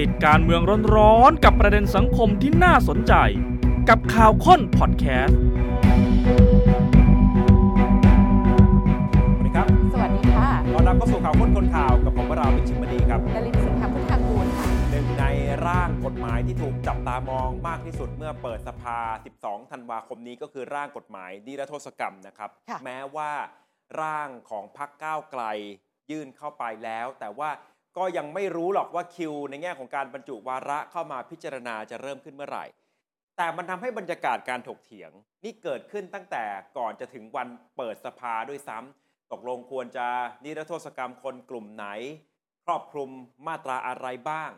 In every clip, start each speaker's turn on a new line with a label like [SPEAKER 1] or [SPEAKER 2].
[SPEAKER 1] ติดการเมืองร้อนๆกับประเด็นสังคมที่น่าสนใจ กับข่าวค้นพอดแคสต์
[SPEAKER 2] สวัสดีครับ
[SPEAKER 3] สวัสดีค่ะ
[SPEAKER 2] ตอนรับเข้าสู่ข่าวค้นคนข่าวกับผมวราวิชิตมณีครับ
[SPEAKER 3] ดารินสิงห์พุทธากูลค่ะ
[SPEAKER 2] หนึ่งในร่างกฎหมายที่ถูกจับตามองมากที่สุดเมื่อเปิดสภา 12 ธันวาคมนี้ก็คือร่างกฎหมายนิรโทษกรรมนะครับ
[SPEAKER 3] ค่ะ
[SPEAKER 2] แม้ว่าร่างของพรรคก้าวไกลยื่นเข้าไปแล้ว แต่ว่าก็ยังไม่รู้หรอกว่าคิว ในแง่ของการบรรจุวาระเข้ามาพิจารณาจะเริ่มขึ้นเมื่อไหร่ แต่มันทำให้บรรยากาศการถกเถียง นี่เกิดขึ้นตั้งแต่ก่อนจะถึงวันเปิดสภาด้วยซ้ำตกลงควรจะนิรโทษกรรมคนกลุ่มไหน ครอบคลุมมาตราอะไรบ้าง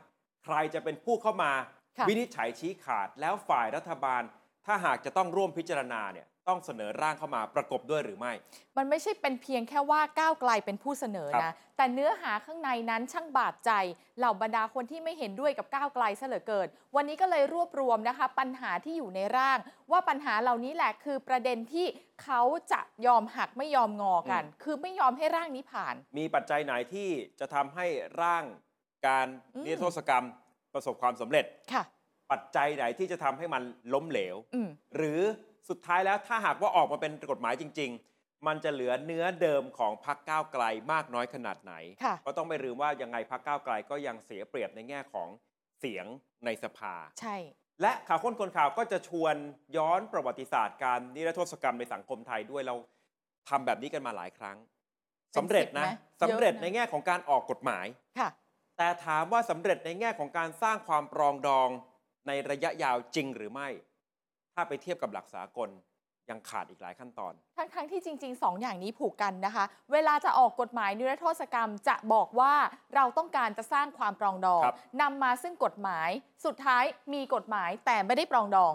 [SPEAKER 2] ใครจะเป็นผู้เข้ามา
[SPEAKER 3] ค่ะ
[SPEAKER 2] วินิจฉัยชี้ขาดแล้วฝ่ายรัฐบาล ถ้าหากจะต้องร่วมพิจารณาเนี่ยต้องเสนอร่างเข้ามาประกบด้วยหรือไม่
[SPEAKER 3] มันไม่ใช่เป็นเพียงแค่ว่าก้าวไกลเป็นผู้เสนอ
[SPEAKER 2] ครั
[SPEAKER 3] นะ
[SPEAKER 2] บ
[SPEAKER 3] แต่เนื้อหาข้างในนั้นช่างบาดใจ เหล่าบรรดาคนที่ไม่เห็นด้วยกับก้าวไกลซะเหลือเกิน วันนี้ก็เลยรวบรวมนะคะ ปัญหาที่อยู่ในร่าง ว่าปัญหาเหล่านี้แหละคือประเด็นที่เขาจะยอมหักไม่ยอมงอกัน คือไม่ยอมให้ร่างนี้ผ่าน
[SPEAKER 2] มีปัจจัยไหนที่จะทำให้ร่างการ
[SPEAKER 3] อืม
[SPEAKER 2] นิรโทษกรรม ประสบความสำเร็จ
[SPEAKER 3] ค่ะ
[SPEAKER 2] ปัจจัยไหนที่จะทำให้มันล้มเหลว
[SPEAKER 3] อืม
[SPEAKER 2] หรือสุดท้ายแล้วถ้าหากว่าออกมาเป็นกฎหมายจริง ๆ มันจะเหลือเนื้อเดิมของพักก้าวไกลมากน้อยขนาดไหน
[SPEAKER 3] ค่ะ
[SPEAKER 2] ก็ต้องไม่ลืมว่ายังไงพักก้าวไกลก็ยังเสียเปรียบในแง่ของเสียงในสภา
[SPEAKER 3] ใช่
[SPEAKER 2] และข่าวค้นคนข่าวก็จะชวนย้อนประวัติศาสตร์การนิรโทษกรรมในสังคมไทยด้วยเราทำแบบนี้กันมาหลายครั้ง
[SPEAKER 3] เป็
[SPEAKER 2] สำ
[SPEAKER 3] น
[SPEAKER 2] เร็จ
[SPEAKER 3] สิบไหม
[SPEAKER 2] นะ
[SPEAKER 3] เยอะนะ
[SPEAKER 2] สำเร็จในแง่ของการออกกฎหมาย
[SPEAKER 3] ค่ะ
[SPEAKER 2] แต่ถามว่าสำเร็จในแง่ของการสร้างความปรองดองในระยะยาวจริงหรือไม่ ถ้าไปเทียบกับหลักสากลยังขาดอีกหลายขั้นตอน
[SPEAKER 3] ทั้งๆที่จริง ๆ 2 อย่างนี้ผูกกันนะคะ เวลาจะออกกฎหมายนิรโทษกรรมจะบอกว่าเราต้องการจะสร้างความปรองดอง
[SPEAKER 2] ครับ
[SPEAKER 3] นำมาซึ่งกฎหมาย สุดท้ายมีกฎหมายแต่ไม่ได้ปรองดอง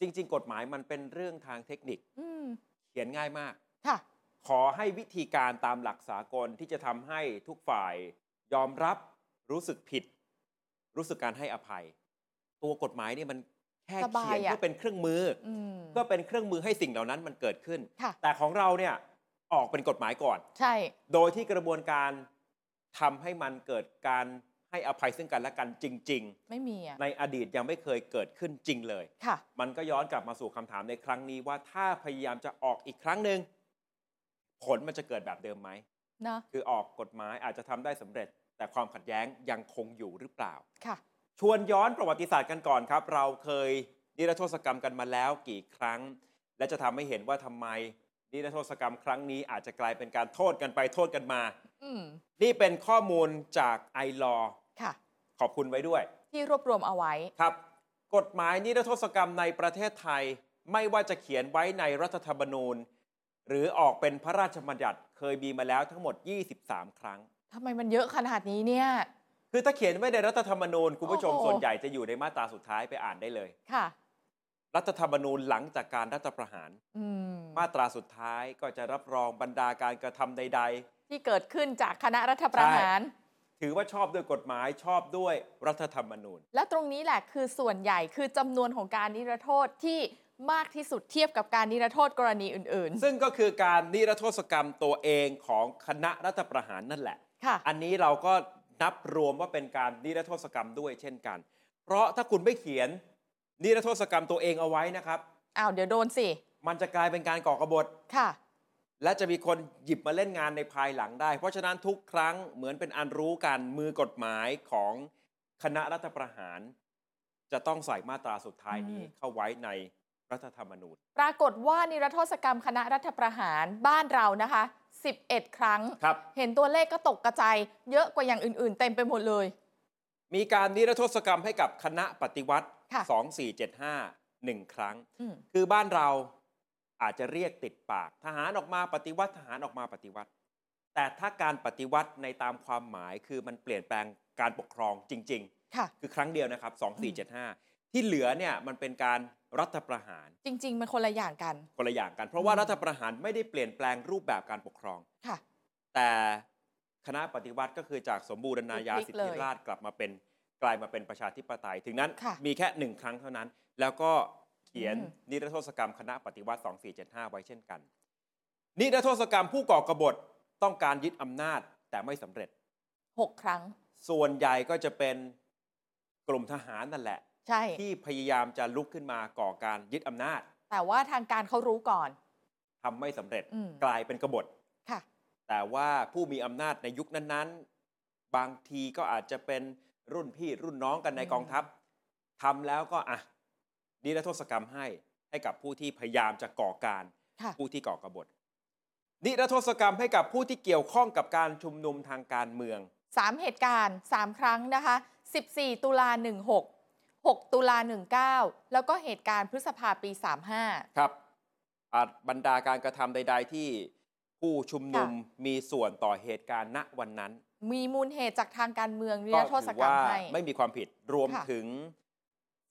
[SPEAKER 2] จริง ๆ กฎหมายมันเป็นเรื่องทางเทคนิค
[SPEAKER 3] อืม
[SPEAKER 2] เขียนง่ายมาก
[SPEAKER 3] ค่ะ
[SPEAKER 2] ขอให้วิธีการตามหลักสากลที่จะทำให้ทุกฝ่ายยอมรับรู้สึกผิด รู้สึกการให้อภัย ตัวกฎหมายเนี่ยมันแค่
[SPEAKER 3] สบา
[SPEAKER 2] เขีย
[SPEAKER 3] ย
[SPEAKER 2] น
[SPEAKER 3] อะ
[SPEAKER 2] เพื่อเป็นเครื่องมืออ
[SPEAKER 3] อืม
[SPEAKER 2] เพื่อเป็นเครื่องมือให้สิ่งเหล่านั้นมันเกิดขึ้น
[SPEAKER 3] ค่ะ
[SPEAKER 2] แต่ของเราเนี่ยออกเป็นกฎหมายก่อน
[SPEAKER 3] ใช่
[SPEAKER 2] โดยที่กระบวนการทำให้มันเกิดการให้อภัยซึ่งกันและกันจริง
[SPEAKER 3] ไม่มีอ่ะ
[SPEAKER 2] ๆ ในอดีตยังไม่เคยเกิดขึ้นจริงเลย
[SPEAKER 3] ค่ะ
[SPEAKER 2] มันก็ย้อนกลับมาสู่คำถามในครั้งนี้ว่าถ้าพยายามจะออกอีกครั้งหนึ่งผลมันจะเกิดแบบเดิมไหม
[SPEAKER 3] เนอะ
[SPEAKER 2] คือออกกฎหมายอาจจะทำได้สำเร็จ แต่ความขัดแย้งยังคงอยู่หรือเปล่า
[SPEAKER 3] ค่ะ
[SPEAKER 2] ชวนย้อนประวัติศาสตร์กันก่อนครับ เราเคยนิรโทษกรรมกันมาแล้วกี่ครั้ง และจะทำให้เห็นว่าทำไมนิรโทษกรรมครั้งนี้อาจจะกลายเป็นการโทษกันไปโทษกันมา
[SPEAKER 3] อืม
[SPEAKER 2] นี่เป็นข้อมูลจากไอรอ
[SPEAKER 3] ค่ะ
[SPEAKER 2] ขอบคุณไว้ด้วย
[SPEAKER 3] ที่รวบรวมเอาไว้
[SPEAKER 2] ครับ กฎหมายนิรโทษกรรมในประเทศไทย ไม่ว่าจะเขียนไว้ในรัฐธรรมนูญ หรือออกเป็นพระราชบัญญัติเคยมีมาแล้วทั้งหมด 23 ครั้ง
[SPEAKER 3] ทำไมมันเยอะขนาดนี้เนี่ย
[SPEAKER 2] คือถ้าเขียนไว้ในรัฐธรรมนูญ คุณผู้ชม
[SPEAKER 3] โอ้โห
[SPEAKER 2] ส่วนใหญ่จะอยู่ในมาตราสุดท้ายไปอ่านได้เลย
[SPEAKER 3] ค่ะ
[SPEAKER 2] รัฐธรรมนูญหลังจากการรัฐประหาร
[SPEAKER 3] อืม
[SPEAKER 2] มาตราสุดท้ายก็จะรับรองบรรดาการกระทำใด
[SPEAKER 3] ที่เกิดขึ้นจากคณะรัฐประหาร
[SPEAKER 2] ๆ ถือว่าชอบด้วยกฎหมายชอบด้วยรัฐธรรมนูญ
[SPEAKER 3] และตรงนี้แหละคือส่วนใหญ่คือจำนวนของการนิรโทษที่มากที่สุดเทียบกับการนิรโทษกรณีอื่น
[SPEAKER 2] ซึ่งก็คือการนิรโทษกรรมตัวเองของคณะรัฐประหารนั่นแหละ
[SPEAKER 3] ๆ ค่ะ
[SPEAKER 2] อันนี้เราก็นับรวมว่าเป็นการนิรโทษกรรมด้วยเช่นกัน เพราะถ้าคุณไม่เขียนนิรโทษกรรมตัวเองเอาไว้นะครับ
[SPEAKER 3] อ้าว เดี๋ยวโดนสิ
[SPEAKER 2] มันจะกลายเป็นการก่อกบฏ
[SPEAKER 3] ค่ะ
[SPEAKER 2] และจะมีคนหยิบมาเล่นงานในภายหลังได้ เพราะฉะนั้นทุกครั้งเหมือนเป็นอันรู้การมือกฎหมายของคณะรัฐประหาร จะต้องใส่มาตราสุดท้ายนี้
[SPEAKER 3] อืม
[SPEAKER 2] เข้าไว้ในรัฐธรรมนูญ
[SPEAKER 3] ปรากฏว่านิรโทษกรรมคณะรัฐประหารบ้านเรานะคะ 11 ครั้ง
[SPEAKER 2] ครับ
[SPEAKER 3] เห็นตัวเลขก็ตกกระจายเยอะกว่าอย่างอื่นๆ เต็มไปหมดเลย
[SPEAKER 2] มีการนิรโทษกรรมให้กับคณะปฏิวัติ
[SPEAKER 3] ค่ะ
[SPEAKER 2] 2475 1 ครั้ง
[SPEAKER 3] อืม
[SPEAKER 2] คือบ้านเราอาจจะเรียกติดปาก ทหารออกมาปฏิวัติทหารออกมาปฏิวัติ แต่ถ้าการปฏิวัติในตามความหมายคือมันเปลี่ยนแปลงการปกครองจริง ๆ
[SPEAKER 3] ค่ะ
[SPEAKER 2] คือครั้งเดียวนะครับ 2475 ที่เหลือเนี่ยมันเป็นการรัฐประหาร
[SPEAKER 3] จริง ๆ มันคนละอย่างกัน
[SPEAKER 2] คนละอย่างกัน เพราะว่า
[SPEAKER 3] อืม
[SPEAKER 2] รัฐประหารไม่ได้เปลี่ยนแปลงรูปแบบการปกครอง
[SPEAKER 3] ค่ะ
[SPEAKER 2] แต่คณะปฏิวัติก็คือจากสมบูรณาญา
[SPEAKER 3] พลิก
[SPEAKER 2] สิท
[SPEAKER 3] เล
[SPEAKER 2] ธิ
[SPEAKER 3] ย
[SPEAKER 2] ราชย์กลับมาเป็นกลายมาเป็นประชาธิปไตย ถึงนั้น
[SPEAKER 3] ค่ะ
[SPEAKER 2] มีแค่หนึ่งครั้งเท่านั้น แล้วก็เขียน
[SPEAKER 3] อืม
[SPEAKER 2] นิรโทษกรรมคณะปฏิวัติ 2475 ไว้เช่นกัน นิรโทษกรรมผู้ก่อกบฏต้องการยึดอำนาจแต่ไม่สำเร็จ
[SPEAKER 3] 6 ครั้ง
[SPEAKER 2] ส่วนใหญ่ก็จะเป็น กลุ่มทหารนั่นแหละ
[SPEAKER 3] ใช่
[SPEAKER 2] ที่พยายามจะลุกขึ้นมาก่อการยึดอำนาจ
[SPEAKER 3] แต่ว่าทางการเขารู้ก่อน
[SPEAKER 2] ทำไม่สำเร็จ
[SPEAKER 3] อืม
[SPEAKER 2] กลายเป็นกบฏ
[SPEAKER 3] ค่ะ
[SPEAKER 2] แต่ว่าผู้มีอำนาจในยุคนั้นๆ บางทีก็อาจจะเป็นรุ่นพี่รุ่นน้องกันใน
[SPEAKER 3] อืม
[SPEAKER 2] กองทัพทำแล้วก็อ่ะนิรโทษกรรมให้ให้กับผู้ที่พยายามจะก่อการ
[SPEAKER 3] ค่ะ
[SPEAKER 2] ผู้ที่ก่อกบฏ นิรโทษกรรมให้กับผู้ที่เกี่ยวข้องกับการชุมนุมทางการเมือง
[SPEAKER 3] สามเหตุการณ์ 3 ครั้งนะคะ 14 ตุลา 16 6 ตุลา 19 แล้วก็เหตุการณ์พฤษภาปี 35
[SPEAKER 2] ครับอาจบรรดาการกระทำใด ๆ ที่ผู้ชุมนุมมีส่วนต่อเหตุการณ์ณวันนั้น
[SPEAKER 3] มีมูลเหตุจากทางการเมืองนิ
[SPEAKER 2] ก็
[SPEAKER 3] รโทษ
[SPEAKER 2] ถือก
[SPEAKER 3] รรม
[SPEAKER 2] ว่า
[SPEAKER 3] ให้
[SPEAKER 2] ไม่มีความผิดรวม
[SPEAKER 3] ค่ะ
[SPEAKER 2] ถึง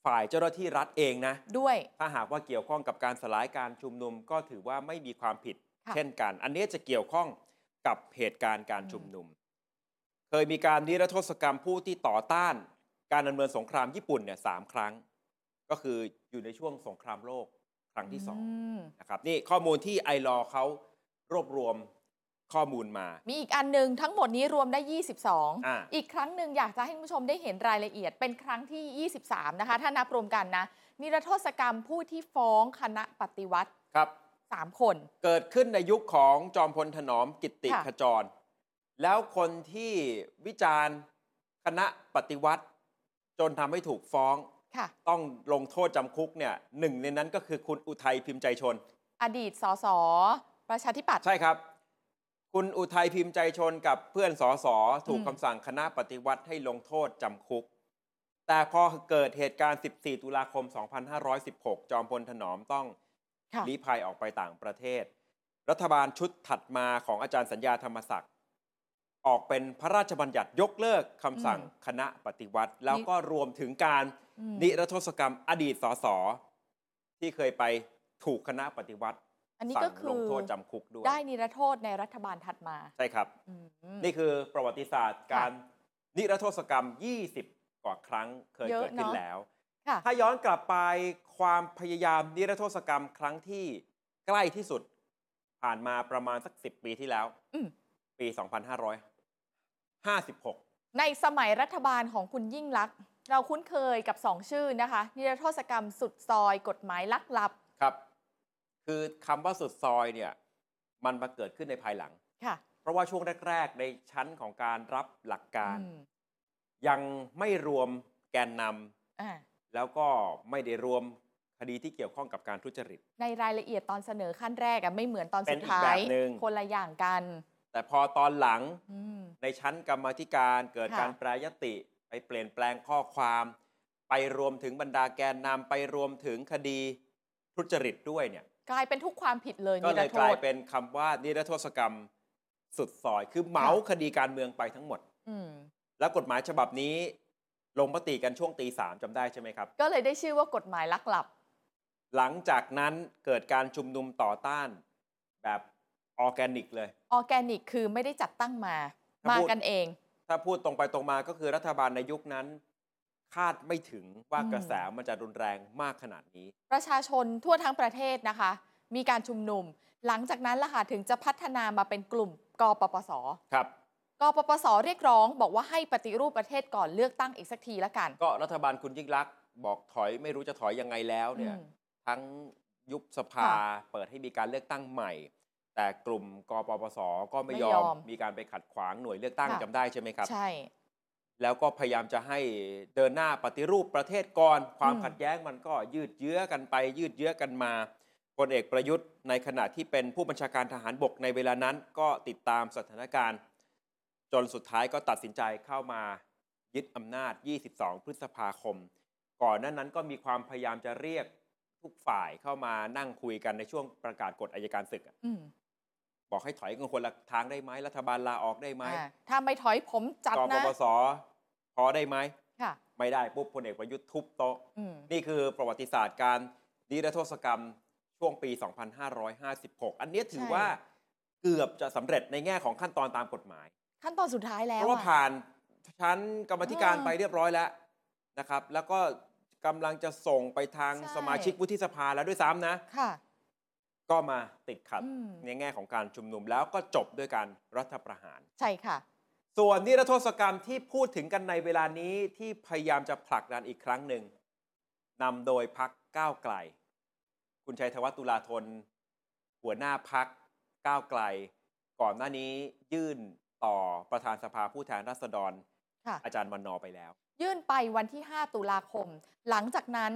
[SPEAKER 2] ฝ่ายเจ้าหน้าที่รัฐเองนะ
[SPEAKER 3] ด้วย
[SPEAKER 2] ถ้าหากว่าเกี่ยวข้องกับการสลายการชุมนุมก็ถือว่าไม่มีความผิด
[SPEAKER 3] ค่ะ
[SPEAKER 2] เช่นกัน อันนี้จะเกี่ยวข้องกับเหตุการณ์การ
[SPEAKER 3] อืม
[SPEAKER 2] ชุมนุม เคยมีการนิรโทษกรรมผู้ที่ต่อต้านการดำเนินสงครามญี่ปุ่นเนี่ยสามครั้ง ก็คืออยู่ในช่วงสงครามโลกครั้งที่สอง
[SPEAKER 3] ม
[SPEAKER 2] นะครับนี่ข้อมูลที่ไอรอเขารวบรวมข้อมูลมา
[SPEAKER 3] มีอีกอันหนึ่งทั้งหมดนี้รวมได้ 22
[SPEAKER 2] อ่า
[SPEAKER 3] อีกครั้งหนึ่งอยากจะให้คุณผู้ชมได้เห็นรายละเอียดเป็นครั้งที่ 23 นะคะ ถ้านับรวมกันนะ นิรโทษกรรมผู้ที่ฟ้องคณะปฏิวัติ
[SPEAKER 2] ครับ
[SPEAKER 3] 3 คน
[SPEAKER 2] เกิดขึ้นในยุคของจอมพลถนอมกิตติ
[SPEAKER 3] ค่ะ
[SPEAKER 2] ขจร แล้วคนที่วิจารณ์คณะปฏิวัติ จนทำให้ถูกฟ้อง
[SPEAKER 3] ค่ะ
[SPEAKER 2] ต้องลงโทษจำคุกเนี่ยหนึ่งในนั้นก็คือคุณอุทัยพิมพ์ใจชน
[SPEAKER 3] อดีตสสประชาธิปัตย์
[SPEAKER 2] ใช่ครับ คุณอุทัยพิมพ์ใจชนกับเพื่อนสอสอถูก
[SPEAKER 3] อืม
[SPEAKER 2] คำสั่งคณะปฏิวัติให้ลงโทษจำคุก แต่พอเกิดเหตุการณ์ 14 ตุลาคม 2516 จอมพลถนอมต้อง
[SPEAKER 3] ค่ะ
[SPEAKER 2] ลี้ภัยออกไปต่างประเทศ รัฐบาลชุดถัดมาของอาจารย์สัญญาธรรมศักดิ์ออกเป็นพระราชบัญญัติยกเลิกคำสั่ง
[SPEAKER 3] อืม
[SPEAKER 2] คณะปฏิวัติ แล้วก็รวมถึงการ
[SPEAKER 3] อืม
[SPEAKER 2] นิรโทษกรรมอดีตสสที่เคยไปถูกคณะปฏิวัติ
[SPEAKER 3] อันนี้
[SPEAKER 2] สั่
[SPEAKER 3] ก็
[SPEAKER 2] ง
[SPEAKER 3] คือ
[SPEAKER 2] ลงโทษจำคุกด้วย
[SPEAKER 3] ได้นิรโทษในรัฐบาลถัดมา
[SPEAKER 2] ใช่ครับ
[SPEAKER 3] อืม
[SPEAKER 2] นี่คือประวัติศาสตร์การนิรโทษกรรม 20 กว่าครั้งเคย
[SPEAKER 3] เยอะ
[SPEAKER 2] เกิดขึ้
[SPEAKER 3] เน
[SPEAKER 2] น
[SPEAKER 3] อะ
[SPEAKER 2] แล้ว
[SPEAKER 3] ค่ะ
[SPEAKER 2] ถ้าย้อนกลับไปความพยายามนิรโทษกรรมครั้งที่ใกล้ที่สุด ผ่านมาประมาณสักสิบปีที่แล้ว
[SPEAKER 3] อืม
[SPEAKER 2] ปี 2556
[SPEAKER 3] ในสมัยรัฐบาลของคุณยิ่งลักษณ์เราคุ้นเคยกับ 2 ชื่อนะคะ นิรโทษกรรมสุดซอยกฎหมายลักลับ
[SPEAKER 2] ครับ คือคำว่าสุดซอยเนี่ย มันมาเกิดขึ้นในภายหลัง
[SPEAKER 3] ค่ะ
[SPEAKER 2] เพราะว่าช่วงแรก ๆ ในชั้นของการรับหลักการ
[SPEAKER 3] อืม
[SPEAKER 2] ยังไม่รวมแกนน
[SPEAKER 3] อ่า
[SPEAKER 2] ำแล้วก็ไม่ได้รวมคดีที่เกี่ยวข้องกับการทุจริต
[SPEAKER 3] ในรายละเอียดตอนเสนอขั้นแรกอะไม่เหมือนตอน
[SPEAKER 2] เป็
[SPEAKER 3] สุ
[SPEAKER 2] น
[SPEAKER 3] ด
[SPEAKER 2] อีก
[SPEAKER 3] ท้า
[SPEAKER 2] แบ
[SPEAKER 3] ย
[SPEAKER 2] บหนึ่ง
[SPEAKER 3] คนละอย่างกัน
[SPEAKER 2] แต่พอตอนหลัง
[SPEAKER 3] อืม
[SPEAKER 2] ในชั้นกรรมาธิการเกิด
[SPEAKER 3] ค่ะ
[SPEAKER 2] การแปรยติ ไปเปลี่ยนแปลงข้อความ ไปรวมถึงบรรดาแกนนำไปรวมถึงคดีทุจริตด้วยเนี่ย
[SPEAKER 3] กลายเป็นทุกความผิดเลย
[SPEAKER 2] ก็
[SPEAKER 3] นิ
[SPEAKER 2] เล
[SPEAKER 3] ร
[SPEAKER 2] ย
[SPEAKER 3] โท
[SPEAKER 2] กลาย
[SPEAKER 3] ษ
[SPEAKER 2] เป็นคำว่านิรโทษกรรมสุดซอย คือเหมา
[SPEAKER 3] ค่ะ
[SPEAKER 2] คดีการเมืองไปทั้งหมด
[SPEAKER 3] อืม
[SPEAKER 2] แล้วกฎหมายฉบับนี้ลงมติกันช่วงตีสามจำได้ใช่ไหมครับ
[SPEAKER 3] ก็เลยได้ชื่อว่ากฎหมายลักลับ
[SPEAKER 2] หลังจากนั้นเกิดการชุมนุมต่อต้านแบบออร์แกนิกเลย
[SPEAKER 3] ออร์แกนิกคือไม่ได้จัดตั้งมา
[SPEAKER 2] ถ้า
[SPEAKER 3] มา
[SPEAKER 2] พูด
[SPEAKER 3] กันเอง
[SPEAKER 2] ถ้าพูดตรงไปตรงมาก็คือรัฐบาลในยุคนั้น คาดไม่ถึงว่า
[SPEAKER 3] อืม
[SPEAKER 2] กระแสมันจะรุนแรงมากขนาดนี้
[SPEAKER 3] ประชาชนทั่วทั้งประเทศนะคะ มีการชุมนุม หลังจากนั้นล่ะค่ะถึงจะพัฒนามาเป็นกลุ่มกปปส
[SPEAKER 2] ครับ
[SPEAKER 3] กปปส เรียกร้อง บอกว่าให้ปฏิรูปประเทศก่อนเลือกตั้งอีกสักทีละกัน
[SPEAKER 2] ก็รัฐบาลคุณยิ่งรักษณ์บอกถอยไม่รู้จะถอยยังไงแล้วเนี่ย
[SPEAKER 3] อืม
[SPEAKER 2] ทั้งยุบสภาเปิดให้มีการเลือกตั้งใหม่ แต่กลุ่มกปปสก็ไม่
[SPEAKER 3] ไม่
[SPEAKER 2] ย
[SPEAKER 3] ย
[SPEAKER 2] อ
[SPEAKER 3] อ
[SPEAKER 2] ม
[SPEAKER 3] ม
[SPEAKER 2] มีการไปขัดขวางหน่วยเลือกตั้ง
[SPEAKER 3] ค่ะ
[SPEAKER 2] จำได้ใช่ไหมครับ
[SPEAKER 3] ใช่
[SPEAKER 2] แล้วก็พยายามจะให้เดินหน้าปฏิรูปประเทศก่อน ความ
[SPEAKER 3] อืม
[SPEAKER 2] ขัดแย้งมันก็ยืดเยื้อกันไป ยืดเยื้อกันมาพลเอกประยุทธ์ในขณะที่เป็นผู้บัญชาการทหารบกในเวลานั้น ก็ติดตามสถานการณ์ จนสุดท้ายก็ตัดสินใจเข้ามายึดอำนาจ 22 พฤษภาคม ก่อนหนั้นนั้นก็มีความพยายามจะเรียกทุกฝ่ายเข้ามานั่งคุยกันในช่วงประกาศกฎอายการศึกอะ
[SPEAKER 3] อืม
[SPEAKER 2] บอกให้ถอยกันคนละทางได้ไหมรัฐบาลลาออกได้ไหม
[SPEAKER 3] อ่าถ้าไม่ถอยผมจัด
[SPEAKER 2] กป
[SPEAKER 3] นะ
[SPEAKER 2] ปสพอได้ไหม
[SPEAKER 3] ค่ะ
[SPEAKER 2] ไม่ได้ปุ๊บพลเอกประยุทธ์ทุบโต๊ะ
[SPEAKER 3] อืม
[SPEAKER 2] นี่คือประวัติศาสตร์การนิรโทษกรรมช่วงปี 2556 อันเนี้ยถือว่าเกือบจะสำเร็จในแง่ของขั้นตอนตามกฎหมาย
[SPEAKER 3] ขั้นตอนสุดท้ายแล้
[SPEAKER 2] เพ
[SPEAKER 3] ว
[SPEAKER 2] ราะว่า
[SPEAKER 3] อะ
[SPEAKER 2] ผ่านชั้นกรรมธิการ
[SPEAKER 3] อ่า
[SPEAKER 2] ไปเรียบร้อยแล้วนะครับ แล้วก็กำลังจะส่งไปทาง
[SPEAKER 3] ใช่
[SPEAKER 2] สมาชิกวุฒิสภาแล้วด้วยซ้ำนะ
[SPEAKER 3] ค่ะ
[SPEAKER 2] ก็มาติดขัด
[SPEAKER 3] อืม
[SPEAKER 2] ในแง่ของการชุมนุมแล้วก็จบด้วยการรัฐประหาร
[SPEAKER 3] ใช่ค่ะ
[SPEAKER 2] ส่วนนิรโทษกรรมที่พูดถึงกันในเวลานี้ที่พยายามจะผลักดันอีกครั้งหนึ่งนำโดยพักก้าวไกล คุณชัยธวัฒน์ตุลาธน หัวหน้าพักก้าวไกล ก่อนหน้านี้ยื่นต่อประธานสภาผู้แทนราษฎร
[SPEAKER 3] ค่ะ
[SPEAKER 2] อาจารย์วันนอร์ไปแล้ว
[SPEAKER 3] ยื่นไปวันที่ 5 ตุลาคม หลังจากนั้น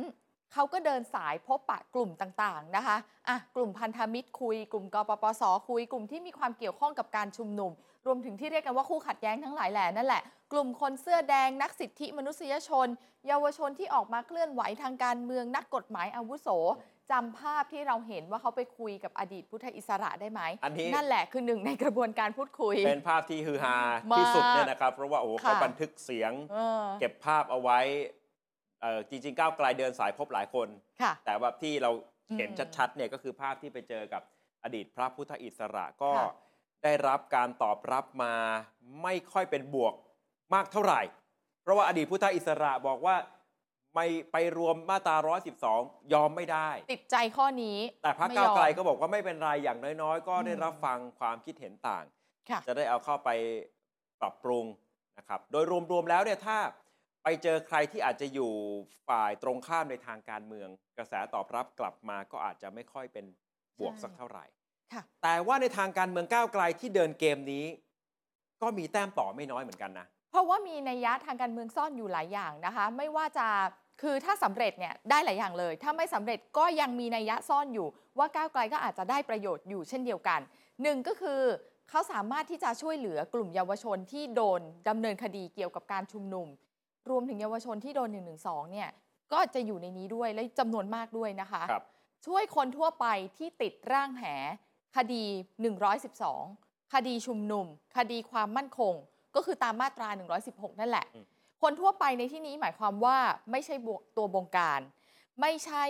[SPEAKER 3] เขาก็เดินสายพบปะกลุ่มต่างๆนะคะอ่ะกลุ่มพันธมิตรคุย กลุ่มกปปส คุย กลุ่มที่มีความเกี่ยวข้องกับการชุมนุม รวมถึงที่เรียกกันว่าคู่ขัดแย้งทั้งหลายแหล่นั่นแหละ กลุ่มคนเสื้อแดงนักสิทธิมนุษยชน เยาวชนที่ออกมาเคลื่อนไหวทางการเมืองนักกฎหมายอาวุโสจำภาพที่เราเห็นว่าเขาไปคุยกับอดีตพุทธอิสระได้ไหม
[SPEAKER 2] อันนี้
[SPEAKER 3] นั่นแหละคือหนึ่งในกระบวนการพูดคุย
[SPEAKER 2] เป็นภาพที่ฮือฮาที่สุดเนี่ยนะครับ เพราะว่าโอ้โห
[SPEAKER 3] ค่ะ
[SPEAKER 2] เขาบันทึกเสียง
[SPEAKER 3] เออ
[SPEAKER 2] เก็บภาพเอาไว้เอ่อจริงๆก้าวไกลเดินสายพบหลายคน
[SPEAKER 3] ค่ะ
[SPEAKER 2] แต่ว่าที่เราเห็น
[SPEAKER 3] อืม
[SPEAKER 2] ชัดๆเนี่ยก็คือภาพที่ไปเจอกับอดีตพระพุทธอิสระก็
[SPEAKER 3] ค่ะ
[SPEAKER 2] ได้รับการตอบรับมาไม่ค่อยเป็นบวกมากเท่าไหร่ เพราะว่าอดีตพุทธอิสระบอกว่าไม่ไปรวมมาตรา 112 ยอมไม่ได้
[SPEAKER 3] ติดใจข้อนี้
[SPEAKER 2] แต่พรรค
[SPEAKER 3] ไม่ยอม
[SPEAKER 2] ก้าวไกลก็บอกว่าไม่เป็นไรอย่างน้อยๆ ก็ได้รับ
[SPEAKER 3] อืม
[SPEAKER 2] ฟังความคิดเห็นต่าง
[SPEAKER 3] ค่ะ
[SPEAKER 2] จะได้เอาเข้าไปปรับปรุงนะครับ โดยรวมๆแล้วเนี่ยถ้าไปเจอใครที่อาจจะอยู่ฝ่ายตรงข้ามในทางการเมือง กระแสตอบรับกลับมาก็อาจจะไม่ค่อยเป็นบวก
[SPEAKER 3] ใช่
[SPEAKER 2] สักเท่าไหร่
[SPEAKER 3] ค่ะ
[SPEAKER 2] แต่ว่าในทางการเมืองก้าวไกลที่เดินเกมนี้ ก็มีแต้มต่อไม่น้อยเหมือนกันนะ
[SPEAKER 3] เพราะว่ามีนัยยะทางการเมืองซ่อนอยู่หลายอย่างนะคะ ไม่ว่าจะคือถ้าสำเร็จเนี่ยได้หลายอย่างเลย ถ้าไม่สำเร็จก็ยังมีนัยยะซ่อนอยู่ ว่าก้าวไกลก็อาจจะได้ประโยชน์อยู่เช่นเดียวกันหนึ่งก็คือเขาสามารถที่จะช่วยเหลือกลุ่มเยาวชนที่โดนดำเนินคดีเกี่ยวกับการชุมนุม รวมถึงเยาวชนที่โดน1นึเนี่ยก็จะอยู่ในนี้ด้วยและจำนวนมากด้วยนะคะ
[SPEAKER 2] ครับ
[SPEAKER 3] ช่วยคนทั่วไปที่ติดร่างแห คดี 112 คดีชุมนุม คดีความมั่นคง ก็คือตามมาตรา 116 นั่นแหละ
[SPEAKER 2] อืม
[SPEAKER 3] คนทั่วไปในที่นี้หมายความว่าไม่ใช่บวตัวบงการ ไม่ใช่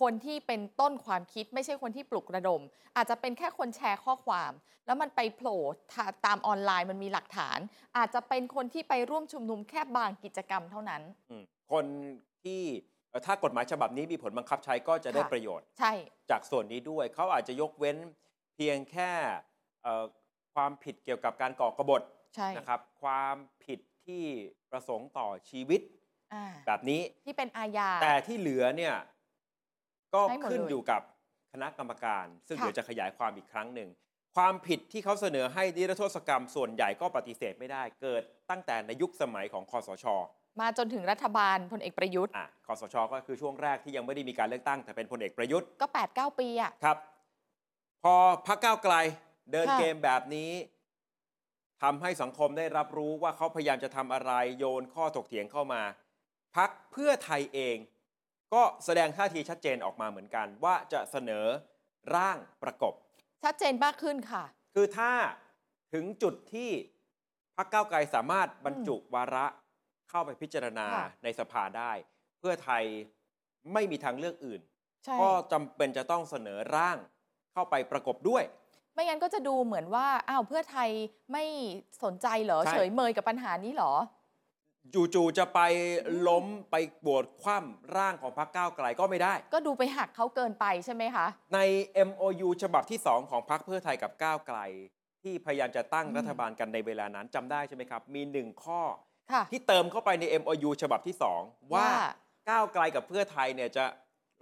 [SPEAKER 3] คนที่เป็นต้นความคิด ไม่ใช่คนที่ปลุกระดม อาจจะเป็นแค่คนแชร์ข้อความ แล้วมันไปโผล่ทาตามออนไลน์มันมีหลักฐาน อาจจะเป็นคนที่ไปร่วมชุมนุมแค่บางกิจกรรมเท่านั้น
[SPEAKER 2] อืมคนที่เอ่อถ้ากฎหมายฉบับนี้มีผลบังคับใช้ก็จะได้
[SPEAKER 3] ค่ะ
[SPEAKER 2] ประโยชน์
[SPEAKER 3] ใช่
[SPEAKER 2] จากส่วนนี้ด้วยเขาอาจจะยกเว้นเพียงแค่เอ่อความผิดเกี่ยวกับการก่อกบฏ
[SPEAKER 3] ใช่
[SPEAKER 2] นะครับความผิดที่ประสงค์ต่อชีวิต
[SPEAKER 3] อ่า
[SPEAKER 2] แบบนี้
[SPEAKER 3] ที่เป็นอาญา
[SPEAKER 2] แต่ที่เหลือเนี่ยก็
[SPEAKER 3] ให้หมดเลย
[SPEAKER 2] ขึ้นอยู่กับคณะกรรมการ ซึ่ง
[SPEAKER 3] ค่ะ
[SPEAKER 2] เดี๋ยวจะขยายความอีกครั้งหนึ่ง ความผิดที่เขาเสนอให้นิรโทษกรรมส่วนใหญ่ก็ปฏิเสธไม่ได้ เกิดตั้งแต่ในยุคสมัยของคอสช
[SPEAKER 3] มาจนถึงรัฐบาลพลเอกประยุทธ์
[SPEAKER 2] อ่ะคอสช ก็คือช่วงแรกที่ยังไม่ได้มีการเลือกตั้งแต่เป็นพลเอกประยุทธ์
[SPEAKER 3] ก็ 8-9 ปีอะ
[SPEAKER 2] ครับ พอพักก้าวไกลเดิน
[SPEAKER 3] ค่ะ
[SPEAKER 2] เกมแบบนี้ทำให้สังคมได้รับรู้ว่าเขาพยายามจะทำอะไรโยนข้อถกเถียงเข้ามา พักเพื่อไทยเอง ก็แสดงท่าทีชัดเจนออกมาเหมือนกัน ว่าจะเสนอร่างประกบ
[SPEAKER 3] ชัดเจนมากขึ้นค่ะ
[SPEAKER 2] คือถ้าถึงจุดที่พักก้าวไกลสามารถบรรจุวาระเข้าไปพิจารณา
[SPEAKER 3] ค่ะ
[SPEAKER 2] ในสภาได้ เพื่อไทยไม่มีทางเลือกอื่น
[SPEAKER 3] ใช่
[SPEAKER 2] ก็จำเป็นจะต้องเสนอร่างเข้าไปประกบด้วย
[SPEAKER 3] ไม่งั้นก็จะดูเหมือนว่า อ้าว เพื่อไทยไม่สนใจเหรอ
[SPEAKER 2] ใช่
[SPEAKER 3] เฉยเมยกับปัญหานี้เหรอ
[SPEAKER 2] จู่ๆจะไปล้มไปบวชคว่ำร่างของพรรคก้าวไกลก็ไม่ได้
[SPEAKER 3] ก็ดูไปหักเขาเกินไปใช่ไหมคะ
[SPEAKER 2] ใน MOU ฉบับที่ 2 ของพรรคเพื่อไทยกับก้าวไกล ที่พยายามจะตั้ง
[SPEAKER 3] อืม
[SPEAKER 2] รัฐบาลกันในเวลานั้นจำได้ใช่ไหมครับ มีหนึ่งข้อ
[SPEAKER 3] ค่ะ
[SPEAKER 2] ที่เติมเข้าไปใน MOU ฉบับที่ 2 ว่า
[SPEAKER 3] ว่า
[SPEAKER 2] ก้าวไกลกับเพื่อไทยเนี่ยจะ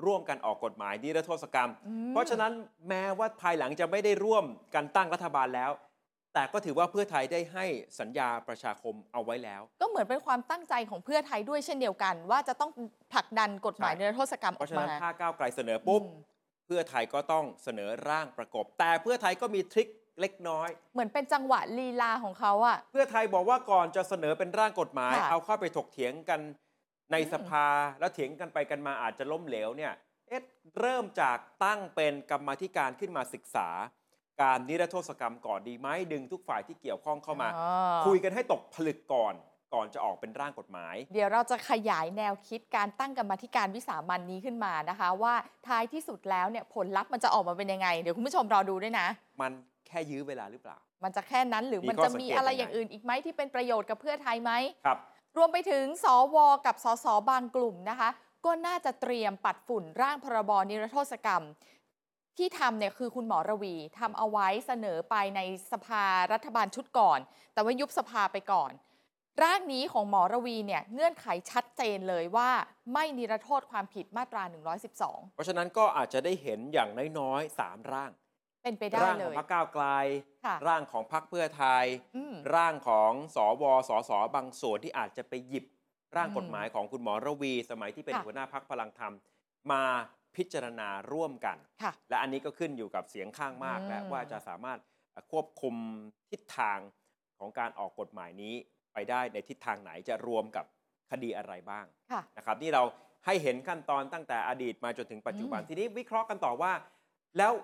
[SPEAKER 2] ร่วมกันออกกฎหมายนิรโทษกรรม
[SPEAKER 3] อืม
[SPEAKER 2] เพราะฉะนั้นแม้ว่าภายหลังจะไม่ได้ร่วมกันตั้งรัฐบาลแล้ว แต่ก็ถือว่าเพื่อไทยได้ให้สัญญาประชาคมเอาไว้แล้ว
[SPEAKER 3] ก็เหมือนเป็นความตั้งใจของเพื่อไทยด้วยเช่นเดียวกัน ว่าจะต้องผลักดันกฎหมาย
[SPEAKER 2] ใช่
[SPEAKER 3] นิรโทษกรรม
[SPEAKER 2] เพ
[SPEAKER 3] ออ
[SPEAKER 2] ราะ
[SPEAKER 3] ก
[SPEAKER 2] ฉะ
[SPEAKER 3] มา
[SPEAKER 2] นั้นถ้าก้าวไกลเสนอปุ๊บ
[SPEAKER 3] อืม
[SPEAKER 2] เพื่อไทยก็ต้องเสนอร่างประกบ แต่เพื่อไทยก็มีทริคเล็กน้อย
[SPEAKER 3] เหมือนเป็นจังหวะลีลาของเขาอะ
[SPEAKER 2] เพื่อไทยบอกว่าก่อนจะเสนอเป็นร่างกฎหมาย
[SPEAKER 3] ค่ะ
[SPEAKER 2] เอาเข้าไปถกเถียงกันใน
[SPEAKER 3] อืม
[SPEAKER 2] สภาแล้วเถียงกันไปกันมาอาจจะล้มเหลวเนี่ยเอ๊ะเริ่มจากตั้งเป็นกรรมาธิการขึ้นมาศึกษา การนิรโทษกรรมก่อนดีไหมดึงทุกฝ่ายที่เกี่ยวข้องเข้ามา
[SPEAKER 3] อ๋อ
[SPEAKER 2] คุยกันให้ตกผลึกก่อน ก่อนจะออกเป็นร่างกฎหมาย
[SPEAKER 3] เดี๋ยวเราจะขยายแนวคิดการตั้งกรรมาธิการวิสามันนี้ขึ้นมานะคะ ว่าท้ายที่สุดแล้วเนี่ยผลลัพธ์มันจะออกมาเป็นยังไง เดี๋ยวคุณผู้ชมรอดูด้วยนะ
[SPEAKER 2] มันแค่ยื้อเวลาหรือเปล่า
[SPEAKER 3] มันจะแค่นั้นหรือ
[SPEAKER 2] มี
[SPEAKER 3] มัน
[SPEAKER 2] ข้อ
[SPEAKER 3] จะ
[SPEAKER 2] สังเกต
[SPEAKER 3] มีอะไร
[SPEAKER 2] ยัง
[SPEAKER 3] อย่า
[SPEAKER 2] ไง
[SPEAKER 3] งอื่นอีกไหมที่เป็นประโยชน์กับเพื่อไทยไหม
[SPEAKER 2] ครับ
[SPEAKER 3] รวมไปถึงสวกับสสบางกลุ่มนะคะ ก็น่าจะเตรียมปัดฝุ่นร่างพรบนิรโทษกรรม ที่ทำเนี่ยคือคุณหมอระวีทำเอาไว้เสนอไปในสภารัฐบาลชุดก่อน แต่ว่ายุบสภาไปก่อน ร่างนี้ของหมอระวีเนี่ยเงื่อนไขชัดเจนเลยว่าไม่นิรโทษความผิดมาตรา
[SPEAKER 2] เพราะฉะนั้นก็อาจจะได้เห็นอย่างน้อยๆสามร่าง
[SPEAKER 3] 112 เป็นไปได้
[SPEAKER 2] ร่าง
[SPEAKER 3] เล
[SPEAKER 2] ของ
[SPEAKER 3] ย
[SPEAKER 2] พรรคก้าวไกล
[SPEAKER 3] ค่ะ
[SPEAKER 2] ร่างของพรรคเพื่อไทย
[SPEAKER 3] อืม
[SPEAKER 2] ร่างของสวสสบางส่วนที่อาจจะไปหยิบร่างกฎหมายของคุณหมอระวี สมัยที่เป็น
[SPEAKER 3] ค่ะ
[SPEAKER 2] หัวหน้าพักพลังธรรม มาพิจารณาร่วมกัน
[SPEAKER 3] ค่ะ
[SPEAKER 2] และอันนี้ก็ขึ้นอยู่กับเสียงข้างมาก
[SPEAKER 3] อืม
[SPEAKER 2] และว่าจะสามารถควบคุมทิศทางของการออกกฎหมายนี้ไปได้ในทิศทางไหนจะรวมกับคดีอะไรบ้าง
[SPEAKER 3] ค่ะ
[SPEAKER 2] นะครับนี่เราให้เห็นขั้นตอนตั้งแต่อดีตมาจนถึงปัจจุบัน
[SPEAKER 3] อืม
[SPEAKER 2] ทีนี้วิเคราะห์กันต่อว่า แล้ว